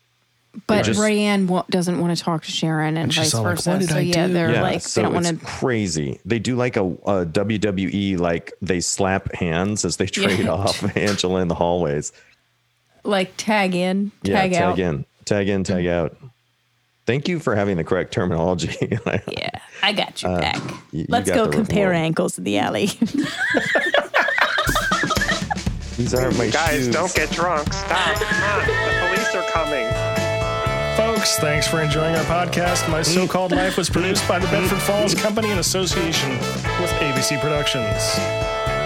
F: But
B: just-
F: Rayanne wa- doesn't want to talk to Sharon, and,
A: And
F: vice
A: she's all like,
F: versa.
A: "What did
F: so
A: I
F: yeah,
A: do?"
F: they're like
B: so
F: they don't want
B: it's
F: to.
B: crazy. They do like a, a WWE, like they slap hands as they trade
F: Yeah.
B: off Angela in the hallways.
F: like tag in,
B: Yeah,
F: tag
B: tag,
F: out. Mm-hmm.
B: in, tag in, tag out. Thank you for having the correct terminology.
C: Yeah, I got your back.
B: you- you
C: Let's
B: got
C: go
B: the
C: compare
B: reward.
C: ankles in the alley.
B: These aren't my
E: Guys,
B: shoes.
E: don't get drunk. Stop. Come on. The police are coming.
A: Folks, thanks for enjoying our podcast. My So Called Life was produced by the Bedford Falls Company in association with ABC Productions.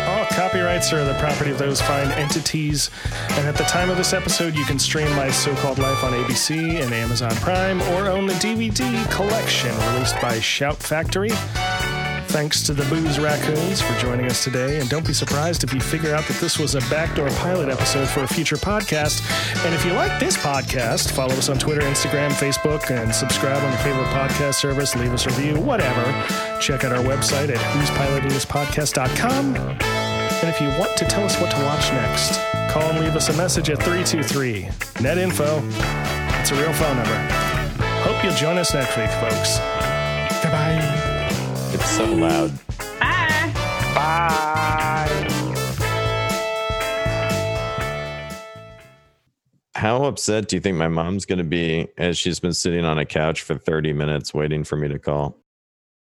A: All copyrights are the property of those fine entities. And at the time of this episode, you can stream My So Called Life on ABC and Amazon Prime or own the DVD collection released by Shout Factory. Thanks to the Booze Raccoons for joining us today. And don't be surprised if you figure out that this was a backdoor pilot episode for a future podcast. And if you like this podcast, follow us on Twitter, Instagram, Facebook, and subscribe on your favorite podcast service. Leave us a review, whatever. Check out our website at whospilotingthispodcast.com. And if you want to tell us what to watch next, call and leave us a message at 323 net info. It's a real phone number. Hope you'll join us next week, folks. Goodbye.
B: It's so loud.
D: Bye.
B: How upset do you think my mom's going to be as she's been sitting on a couch for 30 minutes waiting for me to call?